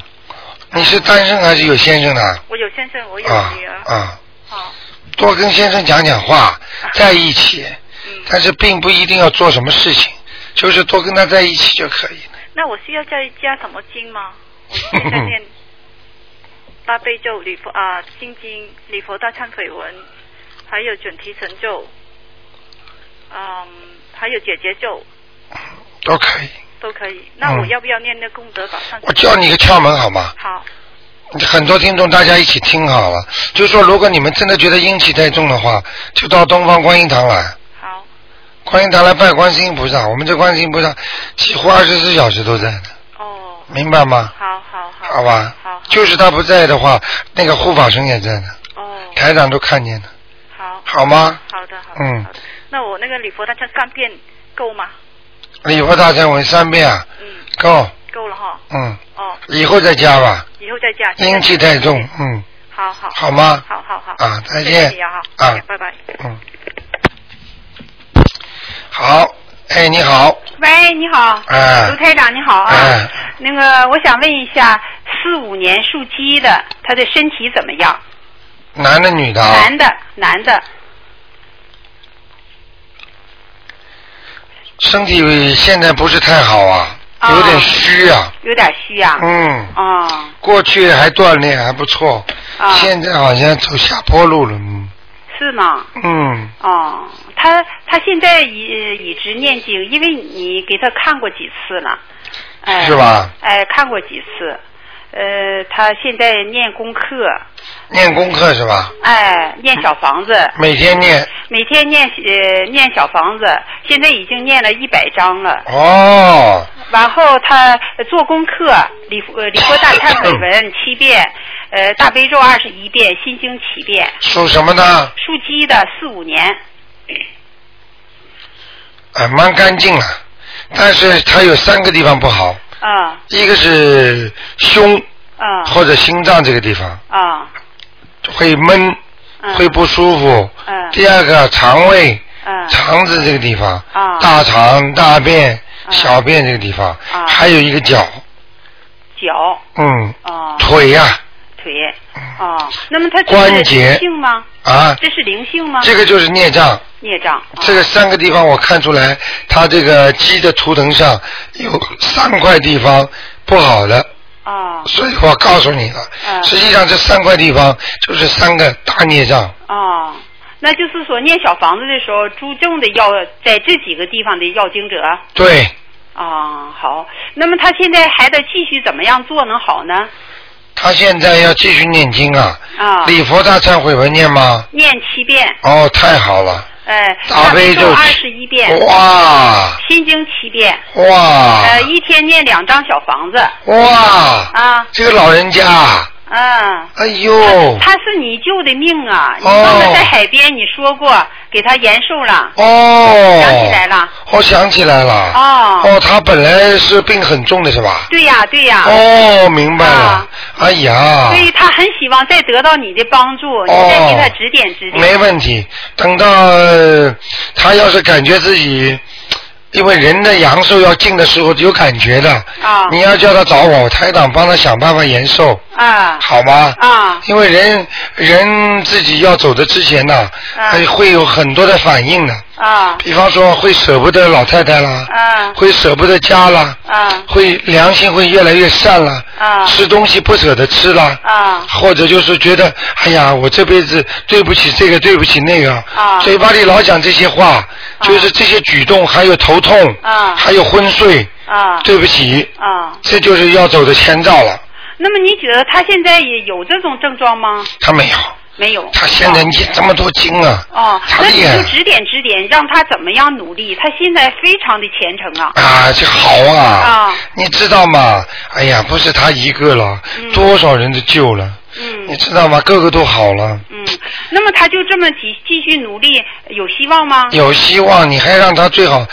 Speaker 1: 你是单身还是有先生的？
Speaker 5: 我有先生，我有
Speaker 1: 啊
Speaker 5: 女儿，
Speaker 1: 啊。
Speaker 5: 好，
Speaker 1: 多跟先生讲讲话，在一起，
Speaker 5: 嗯，
Speaker 1: 但是并不一定要做什么事情，就是多跟他在一起就可以了。
Speaker 5: 那我需要再加什么经吗？我现在念大悲咒、礼佛啊、心经、礼佛大忏悔文，还有准提神咒，嗯，还有解结咒
Speaker 1: 都可以。
Speaker 5: 都可以。那我
Speaker 1: 嗯
Speaker 5: 要不要念那功德宝上去？
Speaker 1: 我教你个窍门好吗？
Speaker 5: 好，
Speaker 1: 很多听众大家一起听好了，就是说如果你们真的觉得阴气太重的话，就到东方观音堂来，
Speaker 5: 好，
Speaker 1: 观音堂来拜观世音菩萨。我们这观世音菩萨几乎二十四小时都在的，
Speaker 5: 哦，
Speaker 1: 明白吗？
Speaker 5: 好好好，
Speaker 1: 好吧
Speaker 5: 好，，好
Speaker 1: 就是他不在的话，那个护法神也在的，
Speaker 5: 哦，
Speaker 1: 台长都看见了，
Speaker 5: 好，
Speaker 1: 好吗？
Speaker 5: 好的，好的，
Speaker 1: 嗯
Speaker 5: 好的。那我那个礼佛大忏三遍够吗？
Speaker 1: 礼佛大忏文三遍啊，
Speaker 5: 嗯，
Speaker 1: 够，
Speaker 5: 够了哈。
Speaker 1: 嗯。
Speaker 5: 哦，
Speaker 1: 以后再加吧，
Speaker 5: 以后再加。
Speaker 1: 阴气太重，嗯，
Speaker 5: 好好
Speaker 1: 好吗？
Speaker 5: 好好好
Speaker 1: 啊再
Speaker 5: 谢
Speaker 1: 见
Speaker 5: 谢你啊，
Speaker 1: 啊
Speaker 5: 好拜拜。
Speaker 1: 嗯，好，哎，你好，
Speaker 4: 喂，哎，你好，
Speaker 1: 哎
Speaker 4: 卢台长你好啊。
Speaker 1: 哎
Speaker 4: 那个，我想问一下，四五年属鸡的，他的身体怎么样？
Speaker 1: 男的女的啊？
Speaker 4: 男的，男的，
Speaker 1: 身体现在不是太好啊，
Speaker 4: 啊
Speaker 1: 有
Speaker 5: 哦
Speaker 1: 点虚啊。
Speaker 4: 有点虚啊。
Speaker 1: 嗯，
Speaker 4: 哦，
Speaker 1: 过去还锻炼还不错，
Speaker 4: 啊
Speaker 1: 现在好像走下坡路了。嗯
Speaker 4: 是吗？
Speaker 1: 嗯，
Speaker 4: 哦，他他现在一一直念经，因为你给他看过几次了，哎，
Speaker 1: 是吧？
Speaker 4: 哎，看过几次，呃，他现在念功课，
Speaker 1: 念功课是吧？
Speaker 4: 哎，念小房子，
Speaker 1: 每天念。
Speaker 4: 每天念呃念小房子，现在已经念了一百章了。
Speaker 1: 哦，
Speaker 4: 然后他呃做功课，礼佛呃礼佛大忏悔文七遍，呃大悲咒二十一遍，心经七遍，
Speaker 1: 属什么呢？
Speaker 4: 属鸡的四五年，
Speaker 1: 啊，蛮干净了，但是他有三个地方不好，
Speaker 4: 啊
Speaker 1: 一个是胸
Speaker 4: 啊
Speaker 1: 或者心脏这个地方
Speaker 4: 啊，
Speaker 1: 会闷，
Speaker 4: 嗯
Speaker 1: 会不舒服。
Speaker 4: 嗯
Speaker 1: 第二个肠胃，
Speaker 4: 嗯
Speaker 1: 肠子这个地方，
Speaker 4: 啊
Speaker 1: 大肠、大便、
Speaker 4: 啊
Speaker 1: 小便这个地方，
Speaker 4: 啊
Speaker 1: 还有一个脚，
Speaker 4: 脚
Speaker 1: 嗯，
Speaker 4: 啊
Speaker 1: 腿呀、
Speaker 4: 腿啊，那么他这
Speaker 1: 关
Speaker 4: 是
Speaker 1: 节
Speaker 4: 灵性吗？
Speaker 1: 啊，
Speaker 4: 这是灵性吗？
Speaker 1: 这个就是孽障。
Speaker 4: 孽障，啊
Speaker 1: 这个三个地方我看出来，他这个鸡的图腾上有三块地方不好的，
Speaker 4: 啊
Speaker 1: 所以我告诉你了，
Speaker 4: 嗯
Speaker 1: 实际上这三块地方就是三个大孽障，
Speaker 4: 啊，那就是说念小房子的时候，注重的要在这几个地方的要经者。
Speaker 1: 对，
Speaker 4: 啊，好。那么他现在还得继续怎么样做能好呢？
Speaker 1: 他现在要继续念经啊，
Speaker 4: 啊，
Speaker 1: 礼佛大忏悔文念吗？
Speaker 4: 念七遍，
Speaker 1: 哦，太好了，
Speaker 4: 呃，
Speaker 1: 大悲咒哦
Speaker 4: 二十一遍，
Speaker 1: 哇
Speaker 4: 心经七遍，
Speaker 1: 哇
Speaker 4: 呃，一天念两张小房子，
Speaker 1: 哇，
Speaker 4: 啊，
Speaker 1: 这个老人家，
Speaker 4: 嗯。
Speaker 1: 哎呦，
Speaker 4: 他是你救的命啊！你
Speaker 1: 哦
Speaker 4: 忘了在海边你说过给他延寿了，
Speaker 1: 哦，
Speaker 4: 想起来了，
Speaker 1: 我想起来了，
Speaker 4: 哦
Speaker 1: 哦，他本来是病很重的是吧？
Speaker 4: 对呀、对呀、
Speaker 1: 哦，明白了。
Speaker 4: 啊
Speaker 1: 哎呀
Speaker 4: 所，以他很希望再得到你的帮
Speaker 1: 哦
Speaker 4: 助，你再给他指点指点。
Speaker 1: 没问题。等到、呃他要是感觉自己，因为人的阳寿要尽的时候有感觉的，
Speaker 4: 啊
Speaker 1: 你要叫他找我，台长帮他想办法延寿，
Speaker 4: 啊
Speaker 1: 好吗？
Speaker 4: 啊
Speaker 1: 因为人人自己要走的之前呢、
Speaker 4: 啊
Speaker 1: 呃会有很多的反应的，
Speaker 4: 啊
Speaker 1: 比方说会舍不得老太太啦，
Speaker 4: 啊
Speaker 1: 会舍不得家啦，
Speaker 4: 啊
Speaker 1: 会良心会越来越善啦，
Speaker 4: 啊
Speaker 1: 吃东西不舍得吃啦，
Speaker 4: 啊
Speaker 1: 或者就是觉得，哎呀，我这辈子对不起这个，对不起那个，
Speaker 4: 啊
Speaker 1: 嘴巴里老讲这些话，就是这些举动，还有头痛，
Speaker 4: 啊
Speaker 1: 还有昏睡，
Speaker 4: 啊
Speaker 1: 对不起，
Speaker 4: 啊！
Speaker 1: 这就是要走的前兆了。
Speaker 4: 那么你觉得他现在也有这种症状吗？
Speaker 1: 他没有，
Speaker 4: 没有。
Speaker 1: 他现在念这么多经啊，
Speaker 4: 哦，
Speaker 1: 他
Speaker 4: 那你
Speaker 1: 厉害
Speaker 4: 就指点指点，让他怎么样努力。他现在非常的虔诚啊。
Speaker 1: 啊，这好啊，
Speaker 4: 啊
Speaker 1: 你知道吗？哎呀，不是他一个了，
Speaker 4: 嗯
Speaker 1: 多少人都救了，你
Speaker 4: 嗯
Speaker 1: 知道吗？个个都好了。
Speaker 4: 嗯，那么他就这么继继续努力，有希望吗？
Speaker 1: 有希望，你还让他最好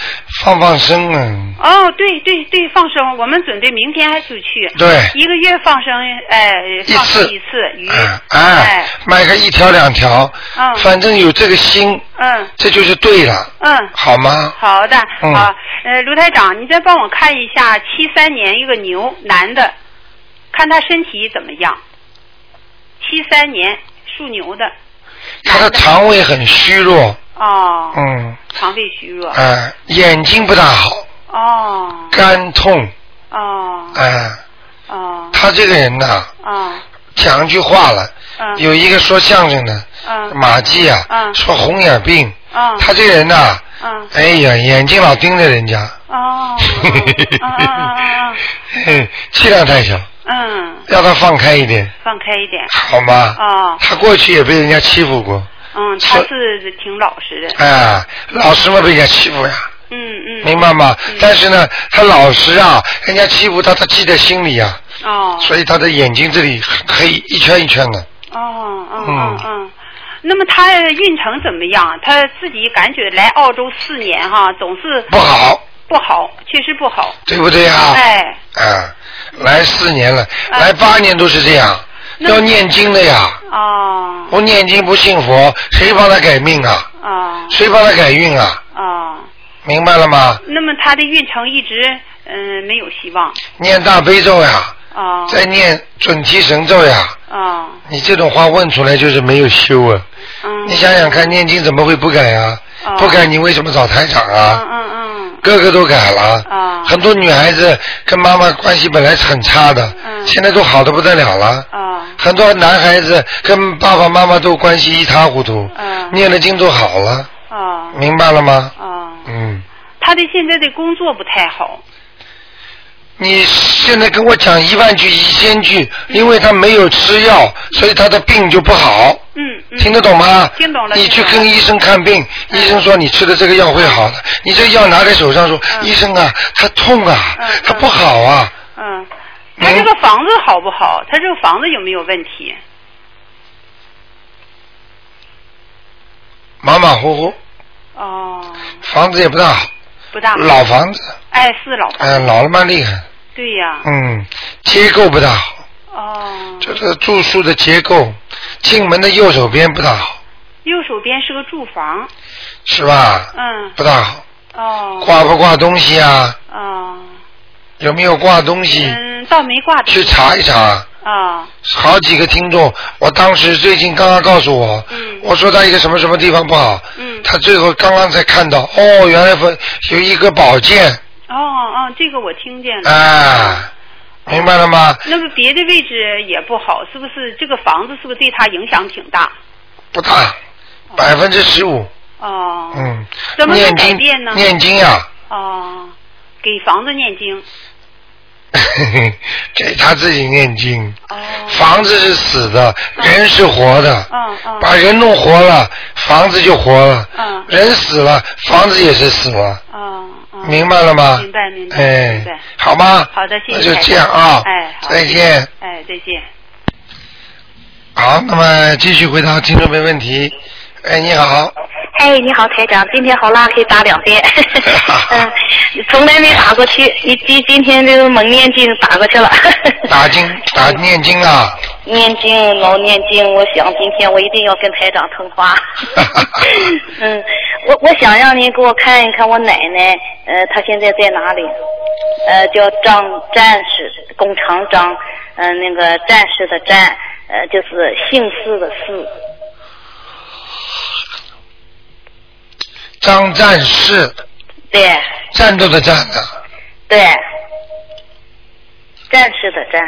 Speaker 1: 放放生啊！
Speaker 4: 哦，对对对，放生，我们准备明天还就去。
Speaker 1: 对
Speaker 4: 一个月放生，哎、
Speaker 1: 一
Speaker 4: 放生
Speaker 1: 次
Speaker 4: 一次鱼，
Speaker 1: 哎
Speaker 4: 哎
Speaker 1: 哎，，买个一条两条，
Speaker 4: 嗯
Speaker 1: 反正有这个心，
Speaker 4: 嗯
Speaker 1: 这就是对了，
Speaker 4: 嗯，
Speaker 1: 好吗？
Speaker 4: 好的，
Speaker 1: 嗯
Speaker 4: 好，呃，卢台长，你再帮我看一下七三年一个牛男的，看他身体怎么样。七三年属牛的，
Speaker 1: 他的肠胃很虚弱，
Speaker 4: 哦，
Speaker 1: 嗯，
Speaker 4: 肠胃虚弱，
Speaker 1: 哎，眼睛不大好，
Speaker 4: 哦，
Speaker 1: 肝痛，
Speaker 4: 哦，
Speaker 1: 哎，
Speaker 4: 哦，
Speaker 1: 他这个人呐，
Speaker 4: 哦，
Speaker 1: 讲句话了，
Speaker 4: 嗯，
Speaker 1: 有一个说相声的
Speaker 4: 嗯，
Speaker 1: 马季啊，
Speaker 4: 嗯
Speaker 1: 说红眼病，
Speaker 4: 嗯，
Speaker 1: 他这个人呐，
Speaker 4: 嗯，
Speaker 1: 哎呀，眼睛老盯着人家，
Speaker 4: 哦，嗯
Speaker 1: 嗯气量太小，
Speaker 4: 嗯，
Speaker 1: 要他放开一点，
Speaker 4: 放开一点，
Speaker 1: 好吗？
Speaker 4: 哦，
Speaker 1: 他过去也被人家欺负过，
Speaker 4: 嗯，他是挺老实的，
Speaker 1: 哎，老实嘛被人家欺负呀，
Speaker 4: 嗯嗯，
Speaker 1: 明白吗
Speaker 4: 嗯？
Speaker 1: 但是呢，他老实啊，人家欺负他，他记在心里啊，
Speaker 4: 哦，
Speaker 1: 所以他的眼睛这里很黑，一圈一圈的，
Speaker 4: 哦，嗯
Speaker 1: 嗯
Speaker 4: 嗯嗯。那么他运程怎么样？他自己感觉来澳洲四年哈，总是
Speaker 1: 不好，
Speaker 4: 不好，确实不好。
Speaker 1: 对不对啊？
Speaker 4: 哎，
Speaker 1: 啊，来四年了，
Speaker 4: 啊
Speaker 1: 来八年都是这样，
Speaker 4: 那
Speaker 1: 要念经的呀，
Speaker 4: 哦，
Speaker 1: 不念经不信佛，谁帮他改命啊？
Speaker 4: 哦，
Speaker 1: 谁帮他改运啊？
Speaker 4: 哦，
Speaker 1: 明白了吗？
Speaker 4: 那么他的运程一直嗯、没有希望
Speaker 1: 念大悲咒呀，
Speaker 4: 啊
Speaker 1: 再念准提神咒呀，
Speaker 4: 啊
Speaker 1: 你这种话问出来就是没有修啊！
Speaker 4: 嗯
Speaker 1: 你想想看，念经怎么会不改啊？
Speaker 4: 哦
Speaker 1: 不改你为什么找台长啊？
Speaker 4: 嗯嗯
Speaker 1: 个个都改了。
Speaker 4: 啊
Speaker 1: 很多女孩子跟妈妈关系本来很差的，
Speaker 4: 嗯
Speaker 1: 现在都好的不得了了。
Speaker 4: 嗯啊
Speaker 1: 很多男孩子跟爸爸妈妈都关系一塌糊涂，
Speaker 4: 嗯
Speaker 1: 念了经就好了，
Speaker 4: 啊
Speaker 1: 明白了吗？
Speaker 4: 啊，
Speaker 1: 嗯，
Speaker 4: 他的现在的工作不太好，
Speaker 1: 你现在跟我讲一万句一千句，因为他没有吃药，所以他的病就不好。
Speaker 4: 嗯嗯，
Speaker 1: 听得懂吗？
Speaker 4: 听懂了
Speaker 1: 你去
Speaker 4: 听懂了嗯
Speaker 1: 跟医生看病，医生说你吃的这个药会好的，你这药拿在手上说，医生啊，它痛啊
Speaker 4: 嗯，
Speaker 1: 它不好啊，
Speaker 4: 嗯，他这个房子好不好？他这个房子有没有问题？
Speaker 1: 马马虎虎，
Speaker 4: 哦，
Speaker 1: 房子也不大好，
Speaker 4: 不大好，
Speaker 1: 老房子，
Speaker 4: 哎是老，
Speaker 1: 哎，老了蛮厉害，
Speaker 4: 对呀、
Speaker 1: 嗯，结构不大好，
Speaker 4: 哦，
Speaker 1: 就是住宿的结构，进门的右手边不大好，
Speaker 4: 右手边是个住房，
Speaker 1: 是吧？
Speaker 4: 嗯，
Speaker 1: 不大好，
Speaker 4: 哦，
Speaker 1: 挂不挂东西啊？
Speaker 4: 哦，
Speaker 1: 有没有挂东西？
Speaker 4: 嗯，倒没挂
Speaker 1: 去查一查。
Speaker 4: 啊，
Speaker 1: 好几个听众，我当时最近刚刚告诉我，
Speaker 4: 嗯
Speaker 1: 我说他一个什么什么地方不好，
Speaker 4: 嗯，
Speaker 1: 他最后刚刚才看到，哦，原来分有一个宝剑，
Speaker 4: 哦哦，这个我听见了。
Speaker 1: 啊，明白了吗？
Speaker 4: 那么别的位置也不好，是不是？这个房子是不是对他影响挺大？
Speaker 1: 不大，百分之十五，
Speaker 4: 哦，
Speaker 1: 嗯，
Speaker 4: 怎么会
Speaker 1: 念
Speaker 4: 改
Speaker 1: 经
Speaker 4: 变呢
Speaker 1: 念经啊呀、
Speaker 4: 哦，给房子念经。
Speaker 1: 嘿嘿， 给他自己念经，
Speaker 4: 哦，
Speaker 1: 房子是死的，人是活的，
Speaker 4: 嗯嗯
Speaker 1: 把人弄活了，房子就活了，
Speaker 4: 嗯
Speaker 1: 人死了，房子也是死了。
Speaker 4: 哦哦，
Speaker 1: 明白了吗？
Speaker 4: 明白明白
Speaker 1: 哎，
Speaker 4: 明白
Speaker 1: 好吗？
Speaker 4: 好的谢谢
Speaker 1: 那就这样啊。
Speaker 4: 哎好
Speaker 1: 再见。
Speaker 4: 哎，再见。
Speaker 1: 好，那么继续回答听众没问题。哎，你好，
Speaker 6: 哎，你好，台长，今天好辣，可以打两 遍。嗯，从来没打过去，一今今天这个猛念经打过去了。
Speaker 1: 打经
Speaker 4: 哎
Speaker 1: 打念经啊，
Speaker 6: 念经，老念经，我想今天我一定要跟台长通 话。嗯，我我想让您给我看一看我奶奶，呃，她现在在哪里？呃，叫张战士，弓长张，嗯、那个战士的战，呃，就是姓氏的氏。
Speaker 1: 张战士，
Speaker 6: 对
Speaker 1: 战斗的战啊的，
Speaker 6: 对，战士的战。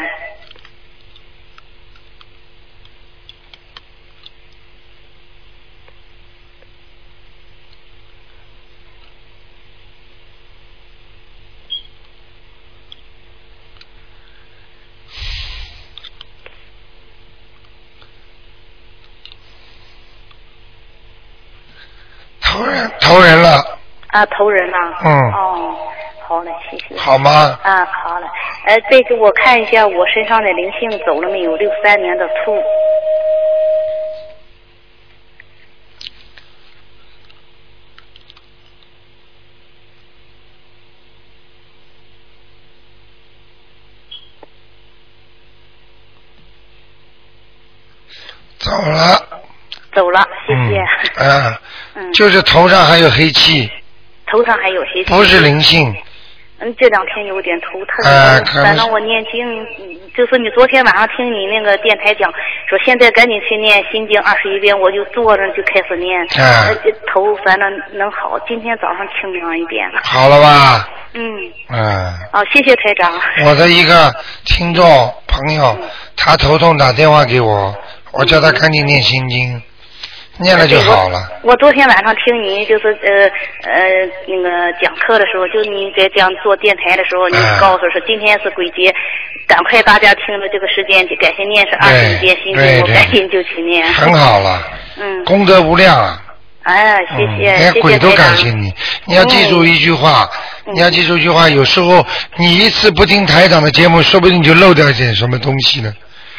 Speaker 1: 投人投人了，
Speaker 6: 啊，投人呐、
Speaker 1: 嗯
Speaker 6: 哦，好嘞，谢谢。
Speaker 1: 好吗？
Speaker 6: 啊，好嘞。呃，再给我看一下我身上的灵性走了没有？六三年的兔。
Speaker 1: 走了，
Speaker 6: 走了，谢
Speaker 1: 嗯
Speaker 6: 谢。，
Speaker 1: 啊，
Speaker 6: 嗯，
Speaker 1: 就是头上还有黑气，
Speaker 6: 头上还有些。
Speaker 1: 不是灵性，
Speaker 6: 嗯，这两天有点头疼。
Speaker 1: 哎可能
Speaker 6: 反正我念经，嗯就是你昨天晚上听你那个电台讲，说现在赶紧去念心经二十一遍，我就坐着就开始念，
Speaker 1: 哎
Speaker 6: 呃这头反正能好。今天早上清凉一点了。
Speaker 1: 好了吧？
Speaker 6: 嗯，
Speaker 1: 嗯。
Speaker 6: 好、谢谢台长。
Speaker 1: 我的一个听众朋友，他头痛打电话给我，我叫他赶紧念心经，念了就好了。
Speaker 6: 我昨天晚上听您就是呃呃那个讲课的时候，就您在这样做电台的时候，您
Speaker 1: 哎
Speaker 6: 告诉说今天是鬼节，赶快大家听着这个时间，赶紧念是二十一遍心
Speaker 1: 对
Speaker 6: 经，我
Speaker 1: 对
Speaker 6: 赶紧就去念。
Speaker 1: 很好了，
Speaker 6: 嗯，
Speaker 1: 功德无量啊！
Speaker 6: 哎，谢
Speaker 1: 嗯，
Speaker 6: 谢，
Speaker 1: 连
Speaker 6: 谢
Speaker 1: 鬼
Speaker 6: 谢
Speaker 1: 都
Speaker 6: 台
Speaker 1: 感
Speaker 6: 长。嗯
Speaker 1: 谢你。你要记住一句话，你要记住一句话，有时候你一次不听台长的节目，说不定你就漏掉一点什么东 西呢。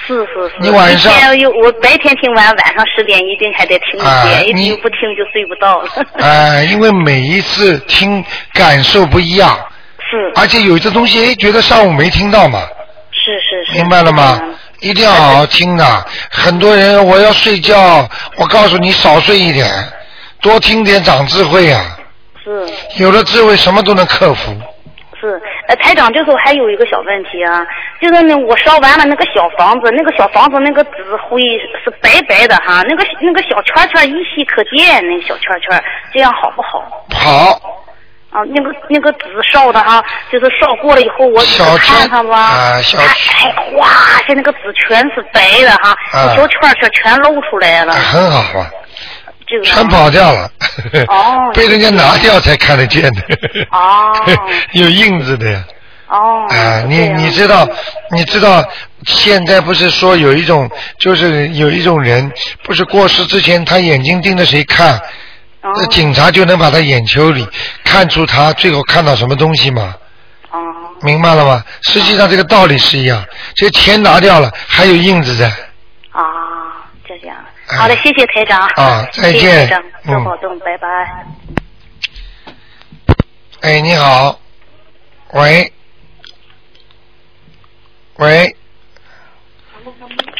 Speaker 6: 是是是。
Speaker 1: 你晚上
Speaker 6: 一天又我白天听完，晚上十点一定还得听一遍，
Speaker 1: 哎
Speaker 6: 一
Speaker 1: 你
Speaker 6: 听不听就睡不到了。
Speaker 1: 哎，因为每一次听感受不一样，
Speaker 6: 是
Speaker 1: 而且有的东西，哎，觉得上午没听到嘛。
Speaker 6: 是是是。
Speaker 1: 明白了吗
Speaker 6: 嗯？
Speaker 1: 一定要好好听的。很多人我要睡觉，我告诉你少睡一点，多听点长智慧啊。
Speaker 6: 是是
Speaker 1: 有了智慧，什么都能克服。
Speaker 6: 是，呃，台长，就是还有一个小问题啊，就是呢，我烧完了那个小房子，那个小房子那个纸灰是白白的哈，那个那个小圈圈依稀可见，那个小圈圈，这样好不好？
Speaker 1: 好，
Speaker 6: 啊，那个那个纸烧的哈，就是烧过了以后，我
Speaker 1: 小
Speaker 6: 我看
Speaker 1: 圈
Speaker 6: 看吧，
Speaker 1: 啊小
Speaker 6: 哎哎，哗，这那个纸全是白的哈，
Speaker 1: 啊
Speaker 6: 小圈圈全露出来了，
Speaker 1: 很好啊，
Speaker 6: 这个
Speaker 1: 全跑掉了。
Speaker 6: 哦
Speaker 1: 被人家拿掉才看得见的。
Speaker 6: 哦
Speaker 1: 有印子的呀。
Speaker 6: 哦，
Speaker 1: 啊，
Speaker 6: 这
Speaker 1: 你
Speaker 6: 样
Speaker 1: 你知道，你知道，现在不是说有一种，就是有一种人，不是过世之前他眼睛盯着谁看，
Speaker 6: 哦
Speaker 1: 那警察就能把他眼球里看出他最后看到什么东西嘛，
Speaker 6: 哦
Speaker 1: 明白了吗？实际上这个道理是一样，这钱拿掉了，还有印子在。
Speaker 6: 啊，就这样。
Speaker 1: 哎
Speaker 6: 好的，谢谢台长。
Speaker 1: 啊再见
Speaker 6: 谢谢台长，
Speaker 1: 嗯
Speaker 6: 多保重，拜拜。
Speaker 1: 哎，你好，喂，喂，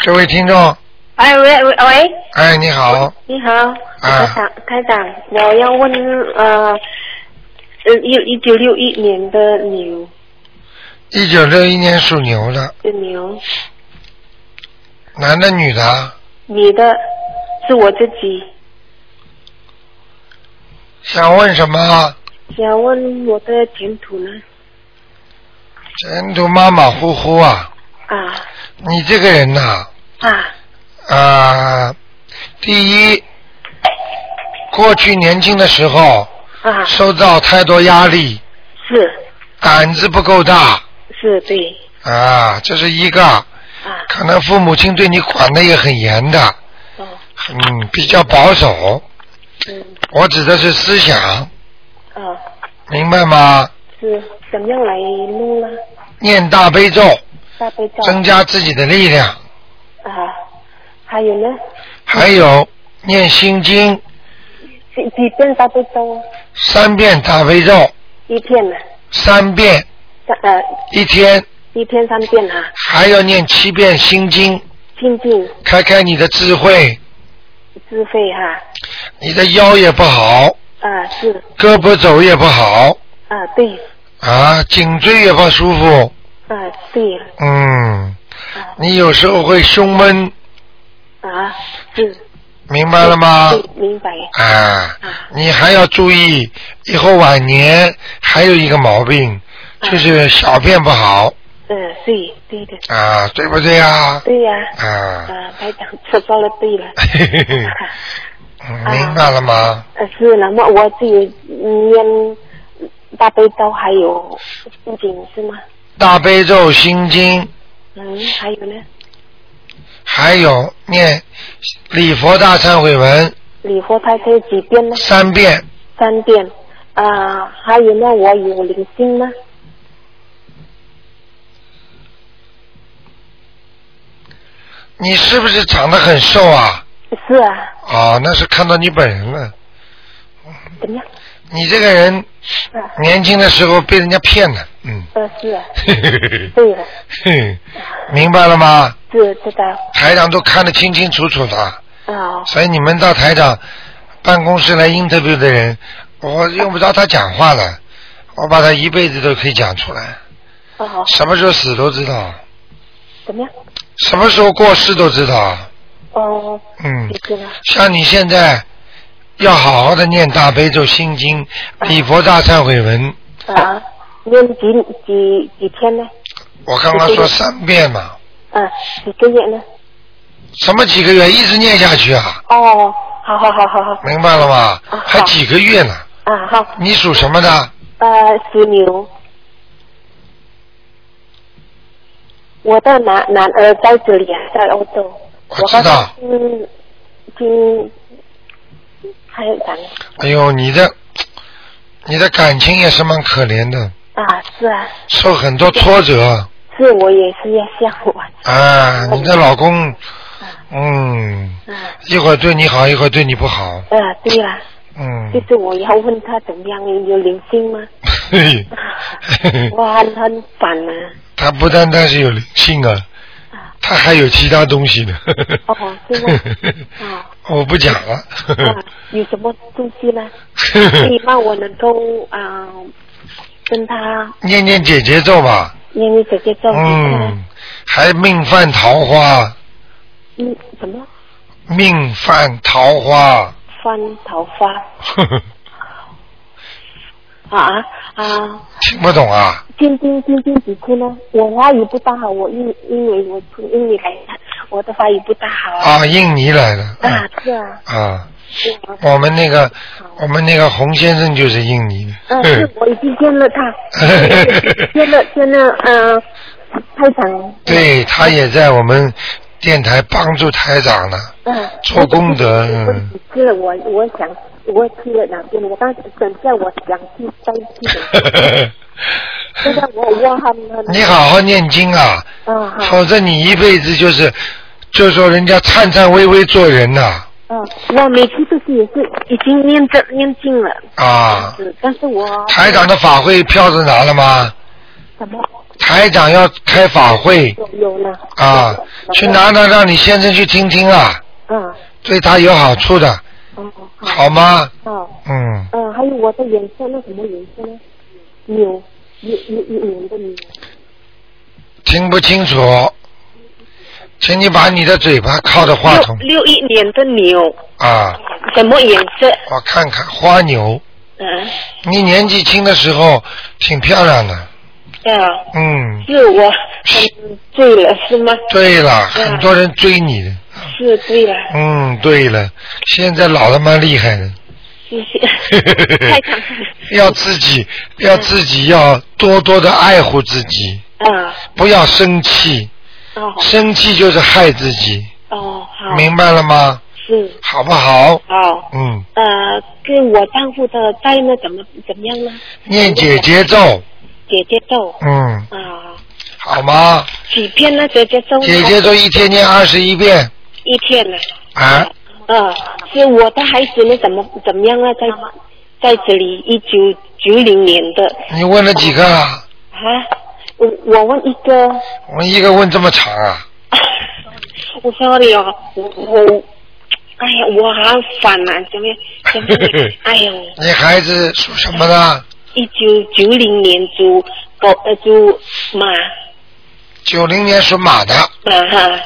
Speaker 1: 各位听众，
Speaker 7: 哎喂喂喂，
Speaker 1: 哎，你好，
Speaker 7: 你好，台长台长，我要问呃，呃一一九六一年的牛
Speaker 1: 一九六一年属牛的，
Speaker 7: 的牛，
Speaker 1: 男的女的啊？
Speaker 7: 你的是我自己，
Speaker 1: 想问什么啊？
Speaker 7: 想问我的前途呢？
Speaker 1: 前途马马虎虎啊！
Speaker 7: 啊
Speaker 1: 你这个人呐、
Speaker 7: 啊
Speaker 1: 啊，第一，过去年轻的时候
Speaker 7: 啊，
Speaker 1: 受到太多压力，
Speaker 7: 是
Speaker 1: 胆子不够大
Speaker 7: 是，对
Speaker 1: 啊，这是一个。
Speaker 7: 啊
Speaker 1: 可能父母亲对你管的也很严的，
Speaker 7: 哦
Speaker 1: 嗯，比较保守。
Speaker 7: 嗯
Speaker 1: 我指的是思想，
Speaker 7: 啊
Speaker 1: 明白吗？
Speaker 7: 是怎么样来弄呢？
Speaker 1: 念大悲咒，
Speaker 7: 大悲咒
Speaker 1: 增加自己的力量，
Speaker 7: 啊，还有呢？
Speaker 1: 还有念心经
Speaker 7: 几几遍大悲咒啊？
Speaker 1: 三遍大悲咒，
Speaker 7: 一片呢？
Speaker 1: 三遍
Speaker 7: 三呃
Speaker 1: 一天，
Speaker 7: 一天三遍啊，
Speaker 1: 还要念七遍心经，
Speaker 7: 静静
Speaker 1: 开开你的智慧，
Speaker 7: 自费哈、
Speaker 1: 你的腰也不好，
Speaker 7: 啊，是
Speaker 1: 胳膊肘也不好
Speaker 7: 啊，对，
Speaker 1: 啊，颈椎也不舒服，
Speaker 7: 啊，对，
Speaker 1: 嗯，
Speaker 7: 啊
Speaker 1: 你有时候会胸闷，
Speaker 7: 啊，是，
Speaker 1: 明白了吗？
Speaker 7: 对，明白，
Speaker 1: 啊，你还要注意，以后晚年还有一个毛病，就是小便不好
Speaker 7: 嗯，对，对的，
Speaker 1: 啊，对不对啊？
Speaker 7: 对呀、
Speaker 1: 啊，
Speaker 7: 啊，台长说说了 对了，
Speaker 1: 嘿嘿嘿，嗯明白了吗？
Speaker 7: 呃是，那么我只有念大悲咒，还有不仅是吗？
Speaker 1: 大悲咒、心经，
Speaker 7: 嗯，还有呢，
Speaker 1: 还有念礼佛大忏悔文
Speaker 7: 礼佛大忏几遍呢？
Speaker 1: 三遍，
Speaker 7: 三遍，啊，还有呢，我有灵性吗？
Speaker 1: 你是不是长得很瘦啊？
Speaker 7: 是啊，
Speaker 1: 哦，那是看到你本人了。
Speaker 7: 怎么样？
Speaker 1: 你这个人
Speaker 7: 啊，
Speaker 1: 年轻的时候被人家骗了，嗯，
Speaker 7: 呃，是啊，
Speaker 1: 嘿嘿嘿
Speaker 7: 对了，
Speaker 1: 嘿，明白了吗？
Speaker 7: 是知道，
Speaker 1: 台长都看得清清楚楚的，
Speaker 7: 啊，
Speaker 1: 所以你们到台长办公室来 interview 的人，我用不着他讲话了，我把他一辈子都可以讲出来，
Speaker 7: 哦，
Speaker 1: 什么时候死都知道，
Speaker 7: 怎么样？
Speaker 1: 什么时候过世都知道。啊
Speaker 7: 哦，
Speaker 1: 嗯
Speaker 7: 谢，谢了。
Speaker 1: 像你现在要好好的念大悲咒心经、礼佛大忏悔文，
Speaker 7: 啊，念几几几天呢？
Speaker 1: 我刚刚说三遍嘛，
Speaker 7: 啊，几个月呢？
Speaker 1: 什么几个月一直念下去啊，
Speaker 7: 哦，好好好好好
Speaker 1: 明白了吗
Speaker 7: 啊？
Speaker 1: 还几个月呢？
Speaker 7: 啊好，
Speaker 1: 你属什么的？
Speaker 7: 呃，属牛。我的男男儿在这里啊，在欧洲。
Speaker 1: 我知道。
Speaker 7: 嗯，今还有咱
Speaker 1: 哎呦，你的你的感情也是蛮可怜的，
Speaker 7: 啊，是啊，
Speaker 1: 受很多挫折
Speaker 7: 是我也是要向我
Speaker 1: 啊。你的老公，嗯，
Speaker 7: 啊
Speaker 1: 一会儿对你好，一会儿对你不好，
Speaker 7: 啊，对了，就
Speaker 1: 嗯，
Speaker 7: 是我要问他怎么样，有灵性吗？
Speaker 1: 嘿 嘿嘿
Speaker 7: 我很很烦啊。
Speaker 1: 他不单单是有灵性啊，他还有其他东西呢。
Speaker 7: 哦，真的啊，
Speaker 1: 我不讲了。
Speaker 7: 啊有什么东西呢？可以让我能够啊、跟他
Speaker 1: 念念姐姐咒吧，
Speaker 7: 念念姐姐咒一下。
Speaker 1: 嗯，还命犯桃花，
Speaker 7: 嗯，什么
Speaker 1: 命犯桃花，
Speaker 7: 翻桃花啊啊？
Speaker 1: 听不懂啊？
Speaker 7: 今天今天几天呢？我华语不大好，我因因为我从印尼来的，我的华语不大好啊。
Speaker 1: 啊，印尼来的。
Speaker 7: 啊，是啊，
Speaker 1: 啊，
Speaker 7: 是啊，
Speaker 1: 我们那个我们那个洪先生就是印尼
Speaker 7: 嗯、是
Speaker 1: 的。
Speaker 7: 我已经见了他，见了见了，嗯、太长，
Speaker 1: 对他也在我们电台帮助台长呢，
Speaker 7: 嗯，
Speaker 1: 做功德。
Speaker 7: 我
Speaker 1: 嗯
Speaker 7: 只吃了我我想我去了两遍，我刚等下我想去再去的，现在我我还
Speaker 1: 你好好念经啊，
Speaker 7: 啊好
Speaker 1: 否则你一辈子就是，就说人家颤颤巍巍做人呐、
Speaker 7: 嗯，我每次都是也是已经念着念经了，
Speaker 1: 啊。
Speaker 7: 是，但是我
Speaker 1: 台长的法会票子拿了吗？
Speaker 7: 什么
Speaker 1: 台长要开法会
Speaker 7: 有有了
Speaker 1: 啊，去拿拿，让你先生去听听啊，
Speaker 7: 嗯
Speaker 1: 对他有好处的，
Speaker 7: 嗯好
Speaker 1: 好吗？
Speaker 7: 好。
Speaker 1: 嗯，
Speaker 7: 嗯，还有我的颜色，那什么颜色呢？牛，牛牛牛牛的牛。
Speaker 1: 听不清楚，请你把你的嘴巴靠着话筒
Speaker 3: 六一年的牛，
Speaker 1: 啊，
Speaker 3: 什么颜色？
Speaker 1: 我哦看看花牛。
Speaker 3: 嗯，
Speaker 1: 你年纪轻的时候挺漂亮的，
Speaker 3: 啊，
Speaker 1: 嗯，
Speaker 3: 是我嗯，醉了是吗？
Speaker 1: 对了，很多人追你的，
Speaker 3: 是对了，
Speaker 1: 嗯，对了，现在老的蛮厉害的，
Speaker 3: 谢 谢。太感谢
Speaker 1: 要自己要自己要多多的爱护自己，
Speaker 3: 啊，
Speaker 1: 不要生气，
Speaker 7: 啊
Speaker 3: 哦
Speaker 1: 生气就是害自己，
Speaker 3: 哦，好，
Speaker 1: 明白了吗？
Speaker 3: 是
Speaker 1: 好不好？
Speaker 3: 好。
Speaker 1: 嗯，
Speaker 7: 呃，跟我丈夫的债呢，怎么怎么样呢？
Speaker 1: 念姐姐咒，
Speaker 7: 姐姐咒
Speaker 1: 嗯，
Speaker 7: 啊，
Speaker 1: 好吗？
Speaker 7: 几篇呢？姐姐
Speaker 3: 嗯
Speaker 7: 咒？
Speaker 1: 姐姐咒一天念二十一遍
Speaker 7: 一天呢？
Speaker 1: 啊，
Speaker 7: 啊，是我的孩子呢，怎么怎么样啊？在在这里，一九九零年的
Speaker 1: 你问了几个了？
Speaker 7: 啊，我我问一个，
Speaker 1: 我一个问这么长啊？
Speaker 7: 我说你哦，我我，哎呀，我好烦啊，怎么样怎 么样？哎呦，
Speaker 1: 你孩子属什么的？
Speaker 7: 一九九零年猪狗呃猪马
Speaker 1: 九零年属马的，
Speaker 7: 马哈，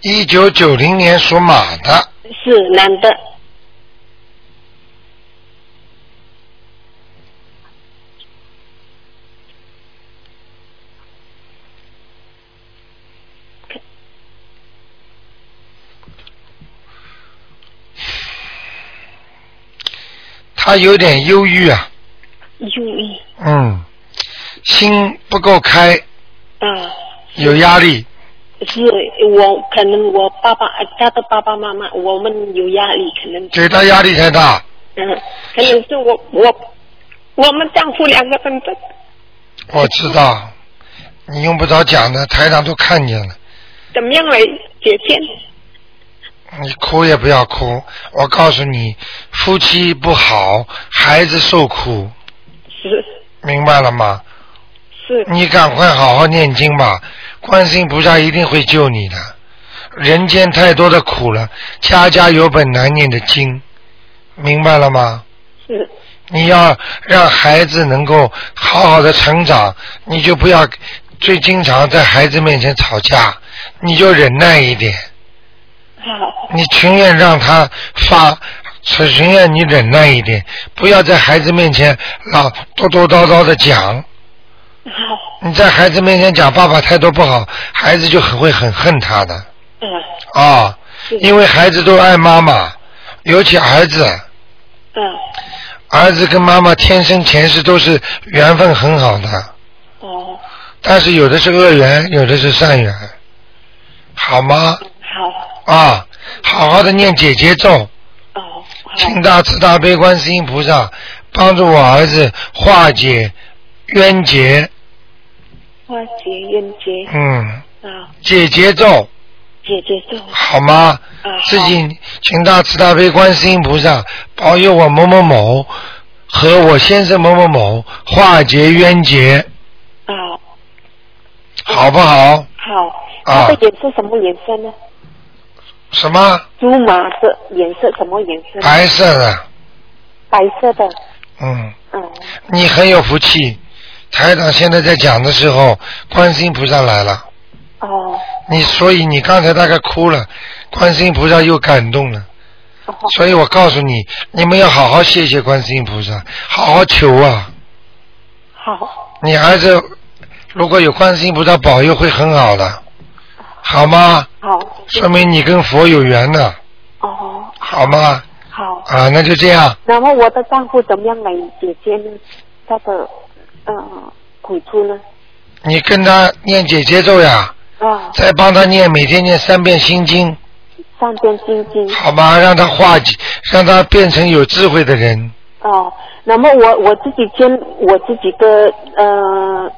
Speaker 1: 一九九零年属马的，
Speaker 7: 是男的，
Speaker 1: 他有点忧郁啊。
Speaker 7: 忧郁
Speaker 1: 嗯，心不够开，
Speaker 7: 啊。
Speaker 1: 有压力。
Speaker 7: 是我可能我爸爸呃他的爸爸妈妈，我们有压力，可能
Speaker 1: 给他压力太大，
Speaker 7: 嗯，可能是我我我们丈夫两个人的
Speaker 1: 我知道，你用不着讲的，台长都看见了。
Speaker 7: 怎么样来解决？
Speaker 1: 你哭也不要哭，我告诉你，夫妻不好，孩子受苦，
Speaker 7: 是
Speaker 1: 明白了吗？
Speaker 7: 是
Speaker 1: 你赶快好好念经吧，观世音菩萨一定会救你的。人间太多的苦了，家家有本难念的经，明白了吗？
Speaker 7: 是
Speaker 1: 你要让孩子能够好好的成长，你就不要最经常在孩子面前吵架，你就忍耐一点。
Speaker 7: 好
Speaker 1: 你情愿让他发，情愿你忍耐一点，不要在孩子面前老叨叨叨叨的讲。
Speaker 7: 好
Speaker 1: 你在孩子面前讲爸爸态度不好，孩子就很会很恨他的
Speaker 7: 嗯
Speaker 1: 啊、因为孩子都爱妈妈，尤其儿子。
Speaker 7: 嗯
Speaker 1: 儿子跟妈妈天生前世都是缘分很好的，
Speaker 7: 哦
Speaker 1: 但是有的是恶缘，有的是善缘，好吗？
Speaker 7: 好
Speaker 1: 啊，好好的念姐姐咒，
Speaker 7: 哦好
Speaker 1: 请大慈大悲观世音菩萨帮助我儿子化解冤结，
Speaker 7: 化解冤结
Speaker 1: 嗯，
Speaker 7: 啊
Speaker 1: 解结咒，
Speaker 7: 姐姐咒。
Speaker 1: 好吗？自己请大慈大悲观世音菩萨保佑我某某某和我先生某某某化解冤结，
Speaker 7: 啊，
Speaker 1: 好不好？
Speaker 7: 好。
Speaker 1: 啊
Speaker 7: 它的颜色什么颜色呢？
Speaker 1: 什么
Speaker 7: 猪麻色颜色什么颜色呢？
Speaker 1: 白色的？
Speaker 7: 白色的。
Speaker 1: 嗯，
Speaker 7: 嗯，
Speaker 1: 你很有福气。台长现在在讲的时候，观世音菩萨来了，
Speaker 7: 哦，
Speaker 1: 你所以你刚才大概哭了，观世音菩萨又感动了。
Speaker 7: 哦，
Speaker 1: 所以我告诉你，你们要好好谢谢观世音菩萨，好好求啊！
Speaker 7: 好，
Speaker 1: 你儿子如果有观世音菩萨保佑，会很好的，好吗？
Speaker 7: 哦好，
Speaker 1: 说明你跟佛有缘呢，
Speaker 7: 哦，
Speaker 1: 好吗？
Speaker 7: 好。
Speaker 1: 啊，那就这样。
Speaker 7: 然后我的丈夫怎么样来解决呢？他的呃鬼畜呢？
Speaker 1: 你跟他念姐姐咒呀，
Speaker 7: 啊，
Speaker 1: 再帮他念，每天念三遍心经，
Speaker 7: 上边心经
Speaker 1: 好吗？让他化解，让他变成有智慧的人。
Speaker 7: 哦。那么我我自己捐我自己的呃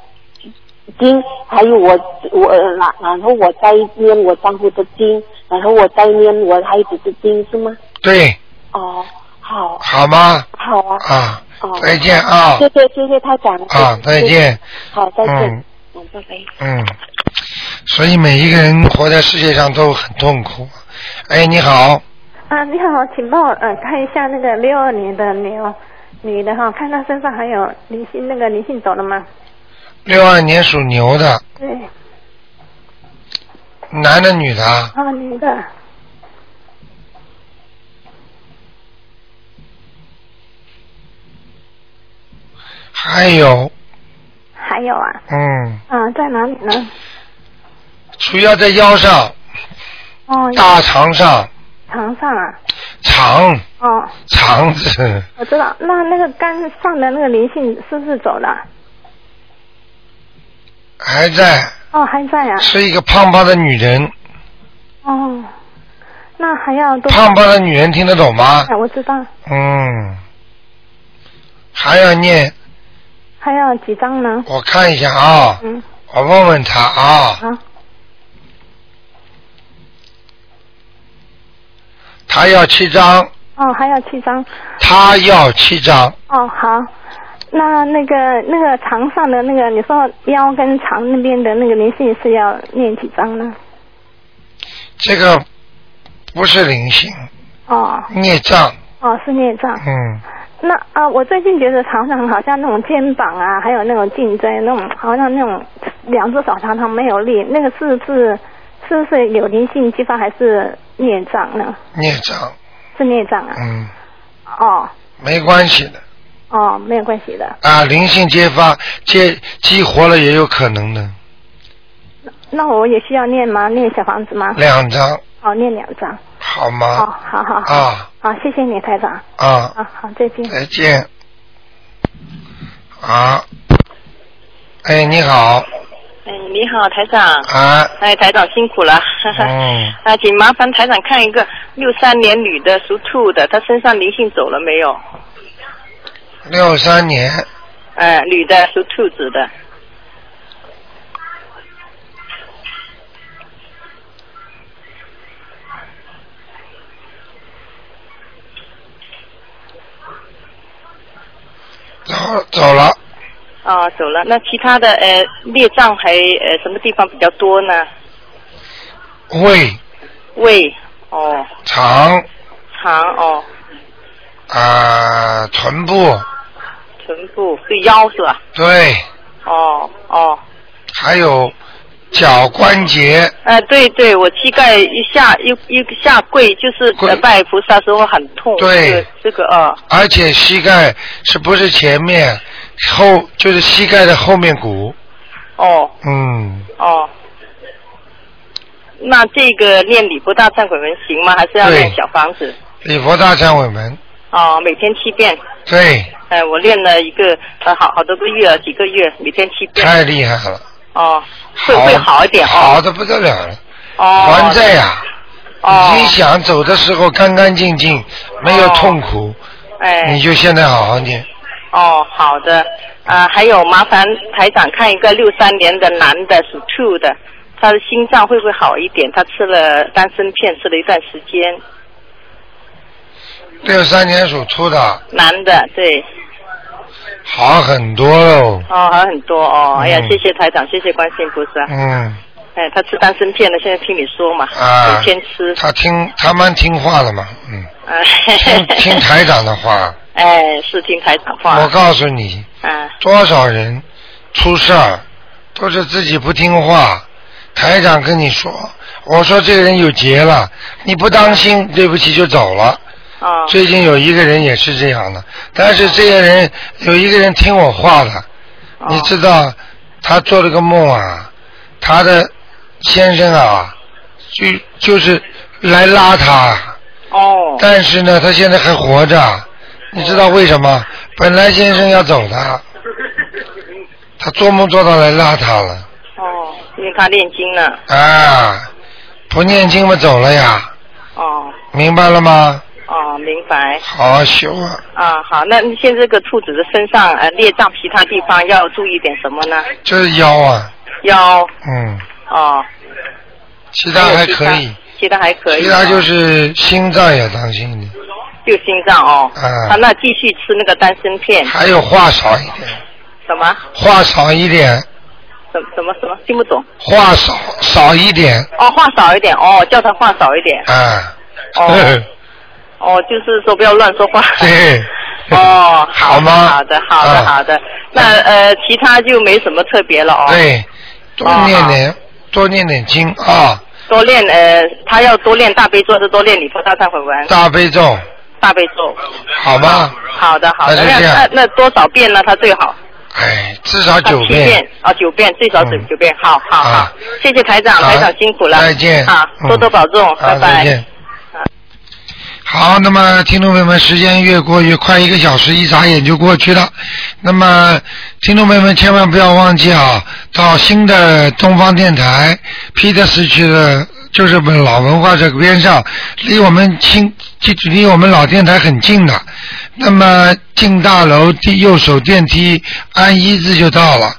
Speaker 7: 经，还有我我呃然然后我再念我丈夫的经，然后我再念我孩子的经是吗？
Speaker 1: 对，
Speaker 7: 哦，好，
Speaker 1: 好吗？
Speaker 7: 好啊，
Speaker 1: 啊，
Speaker 7: 哦，
Speaker 1: 再见啊
Speaker 7: 谢谢谢谢他讲
Speaker 1: 啊，再见，，
Speaker 7: 好，再见，
Speaker 1: 嗯。
Speaker 7: 嗯，拜拜。
Speaker 1: 嗯，所以每一个人活在世界上都很痛苦。哎，你好，
Speaker 8: 啊，你好，请帮我呃看一下那个六二年的牛女的哈，看她身上还有灵性，那个灵性走了吗？
Speaker 1: 六二年属牛的，
Speaker 8: 对，
Speaker 1: 男的女的啊？
Speaker 8: 啊，女的，
Speaker 1: 还有，
Speaker 8: 还有啊，
Speaker 1: 嗯，
Speaker 8: 啊，在哪里呢？
Speaker 1: 主要在腰上、
Speaker 8: 哦，
Speaker 7: 嗯
Speaker 1: 大肠上、
Speaker 8: 肠上啊，
Speaker 1: 肠
Speaker 8: 哦，
Speaker 1: 肠子，
Speaker 8: 我知道，那那个肝上的那个灵性是不是走了？
Speaker 1: 还在，
Speaker 8: 哦，还在啊，
Speaker 1: 是一个胖胖的女人。
Speaker 8: 哦，那还要多
Speaker 1: 胖胖的女人听得懂吗？
Speaker 8: 哎，我知道，
Speaker 1: 嗯，还要念，
Speaker 8: 还要几张
Speaker 7: 嗯
Speaker 8: 呢？
Speaker 1: 我看一下啊，
Speaker 8: 嗯，
Speaker 1: 我问问他啊，
Speaker 7: 嗯
Speaker 8: 好，
Speaker 1: 他要七张，
Speaker 8: 哦，还要七张，
Speaker 1: 他要七张，
Speaker 8: 哦，好，那那个那个肠上的那个，你说腰跟肠那边的那个灵性是要念几张呢？
Speaker 1: 这个不是灵性，
Speaker 8: 哦
Speaker 1: 孽障，
Speaker 8: 哦，是念障。
Speaker 1: 嗯，
Speaker 8: 那啊、我最近觉得常常好像那种肩膀啊，还有那种颈椎，那种好像那种两只手常常没有力，那个是不是是不是有灵性激发还是孽障呢？
Speaker 1: 孽障，
Speaker 8: 是孽障啊。
Speaker 1: 嗯，
Speaker 8: 哦
Speaker 1: 没关系的
Speaker 8: 哦，没有关系的。
Speaker 1: 啊，灵性揭发揭激活了也有可能的，
Speaker 8: 那我也需要念吗？念小房子吗？
Speaker 1: 两张
Speaker 8: 哦，念两张。
Speaker 1: 好
Speaker 8: 哦，
Speaker 1: 吗？
Speaker 8: 好好好。
Speaker 1: 啊
Speaker 8: 好，谢谢你，台长。
Speaker 1: 啊，
Speaker 8: 啊，好，再见。
Speaker 1: 再见，啊，哎，你好，
Speaker 9: 哎，你好，台长。
Speaker 1: 啊，
Speaker 9: 哎，台长辛苦了。
Speaker 1: 嗯，
Speaker 9: 啊，请麻烦台长看一个六三年女的属兔的，她身上灵性走了没有？
Speaker 1: 六三年，
Speaker 9: 哎、女的属兔子的。
Speaker 1: 走走了，
Speaker 9: 哦，走了。那其他的呃，孽障还呃什么地方比较多呢？
Speaker 1: 胃
Speaker 9: 胃，哦，
Speaker 1: 肠
Speaker 9: 肠，哦，
Speaker 1: 啊，臀部，
Speaker 9: 臀部，是腰是吧？
Speaker 1: 对，
Speaker 9: 哦哦，
Speaker 1: 还有脚关节。
Speaker 9: 呃，对对，我膝盖一下一一下跪，就是
Speaker 1: 跪
Speaker 9: 呃拜菩萨时候很痛。
Speaker 1: 对
Speaker 9: 这个这个啊、
Speaker 1: 而且膝盖是不是前面后就是膝盖的后面骨？
Speaker 9: 哦。
Speaker 1: 嗯，
Speaker 9: 哦，那这个念礼佛大忏悔文行吗？还是要
Speaker 1: 对
Speaker 9: 念小房子？
Speaker 1: 礼佛大忏悔文，
Speaker 9: 哦，每天七遍。
Speaker 1: 对，
Speaker 9: 哎，我练了一个呃好好多个月，几个月，每天七遍。
Speaker 1: 太厉害了，
Speaker 9: 哦，会会好一点
Speaker 1: 哎好
Speaker 9: 哦。
Speaker 1: 的不得了了，
Speaker 9: 哦。
Speaker 1: 还债呀、
Speaker 9: 哦。
Speaker 1: 你想走的时候干干净净，没有痛苦，
Speaker 9: 哎
Speaker 1: 你。就现在好好念。
Speaker 9: 哦，好呃的。啊、还有麻烦台长看一个六三年的男的属兔的，他的心脏会不会好一点？他吃了丹参片，吃了一段时间，
Speaker 1: 六三年属兔的，
Speaker 9: 男的，对，
Speaker 1: 好很多喽。
Speaker 9: 哦，还很多哦，哎呀，
Speaker 1: 嗯
Speaker 9: 谢谢台长，谢谢关心，不是啊，
Speaker 1: 嗯，
Speaker 9: 哎，他吃丹参片了，现在听你说嘛，
Speaker 1: 啊
Speaker 9: 每天吃，
Speaker 1: 他听他蛮听话了嘛，嗯，
Speaker 9: 哎，
Speaker 1: 听台长的话。
Speaker 9: 哎，是听台长话，
Speaker 1: 我告诉你，
Speaker 9: 嗯，
Speaker 1: 多少人出事儿都是自己不听话。台长跟你说，我说这个人有劫了，你不当心，对不起就走了。
Speaker 9: 哦，
Speaker 1: 最近有一个人也是这样的，但是这些人有一个人听我话的，
Speaker 9: 哦
Speaker 1: 你知道他做了个梦啊，他的先生啊，就就是来拉他，
Speaker 9: 哦，
Speaker 1: 但是呢，他现在还活着，你知道为什
Speaker 9: 哦
Speaker 1: 么？本来先生要走 的，他做梦做到来拉他了
Speaker 9: 哦，因为他念经呢，
Speaker 1: 啊，不念经嘛走了呀，
Speaker 9: 哦，
Speaker 1: 明白了吗？
Speaker 9: 哦，明白，
Speaker 1: 好好修啊。
Speaker 9: 啊，好，那你现在这个兔子的身上呃裂脏，其他地方要注意点什么呢？
Speaker 1: 就是腰啊，
Speaker 9: 腰
Speaker 1: 嗯，
Speaker 9: 哦，
Speaker 1: 其他还可以，
Speaker 9: 其他还可以，
Speaker 1: 其他就
Speaker 9: 哦
Speaker 1: 是心脏也当心一点，
Speaker 9: 就心脏哦，
Speaker 1: 啊
Speaker 9: 好，那继续吃那个丹参片，
Speaker 1: 还有话少一点，
Speaker 9: 什么
Speaker 1: 话少一点，
Speaker 9: 什什么什么听不懂
Speaker 1: 话少少一点
Speaker 9: 哦，话少一点哦，叫他话少一点
Speaker 1: 啊，
Speaker 9: 哦哦，就是说不要乱说话。
Speaker 1: 对，
Speaker 9: 哦，
Speaker 1: 好
Speaker 9: 的
Speaker 1: 吗
Speaker 9: 好的，好的，
Speaker 1: 啊
Speaker 9: 好的。那呃，其他就没什么特别了哦。，
Speaker 1: 对，多
Speaker 9: 哦
Speaker 1: 念
Speaker 9: 好
Speaker 1: 点多念点经啊，
Speaker 9: 多练呃，他要多练大悲咒，是多练礼佛大忏悔文、
Speaker 1: 大悲咒，
Speaker 9: 大悲咒。
Speaker 1: 好吗？
Speaker 9: 好的，好
Speaker 1: 那
Speaker 9: 的。
Speaker 1: 就
Speaker 9: 那
Speaker 1: 这样
Speaker 9: 那那多少遍呢？他最好。
Speaker 1: 哎，至少
Speaker 9: 啊
Speaker 1: 九
Speaker 9: 七
Speaker 1: 遍
Speaker 9: 遍。哦，九遍最少九
Speaker 1: 嗯
Speaker 9: 九遍，好好
Speaker 1: 啊
Speaker 9: 好，谢谢台长，
Speaker 1: 好
Speaker 9: 台长辛苦了，
Speaker 1: 再见
Speaker 9: 好，
Speaker 1: 嗯
Speaker 9: 多多保重，
Speaker 1: 好
Speaker 9: 拜
Speaker 1: 再
Speaker 9: 拜啊
Speaker 1: 见。好，那么听众朋友们，时间越过越快，一个小时一眨眼就过去了。那么，听众朋友们千万不要忘记啊，到新的东方电台 Peter 市区的，就是我们老文化这个边上，离我们新就离我们老电台很近的。那么进大楼第右手电梯按一字就到了。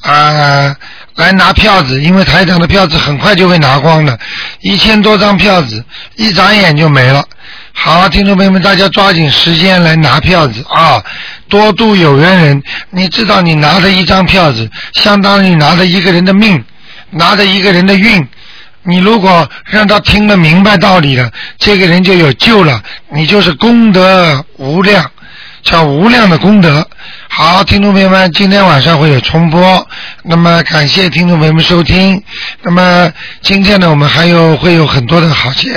Speaker 1: 啊，来拿票子，因为台长的票子很快就会拿光的，一千多张票子，一眨眼就没了。好，听众朋友们，大家抓紧时间来拿票子啊！多度有缘人，你知道，你拿着一张票子，相当于拿着一个人的命，拿着一个人的运。你如果让他听得明白道理了，这个人就有救了，你就是功德无量。叫无量的功德。好，听众朋友们，今天晚上会有重播，那么感谢听众朋友们收听。那么今天呢，我们还有会有很多的好节。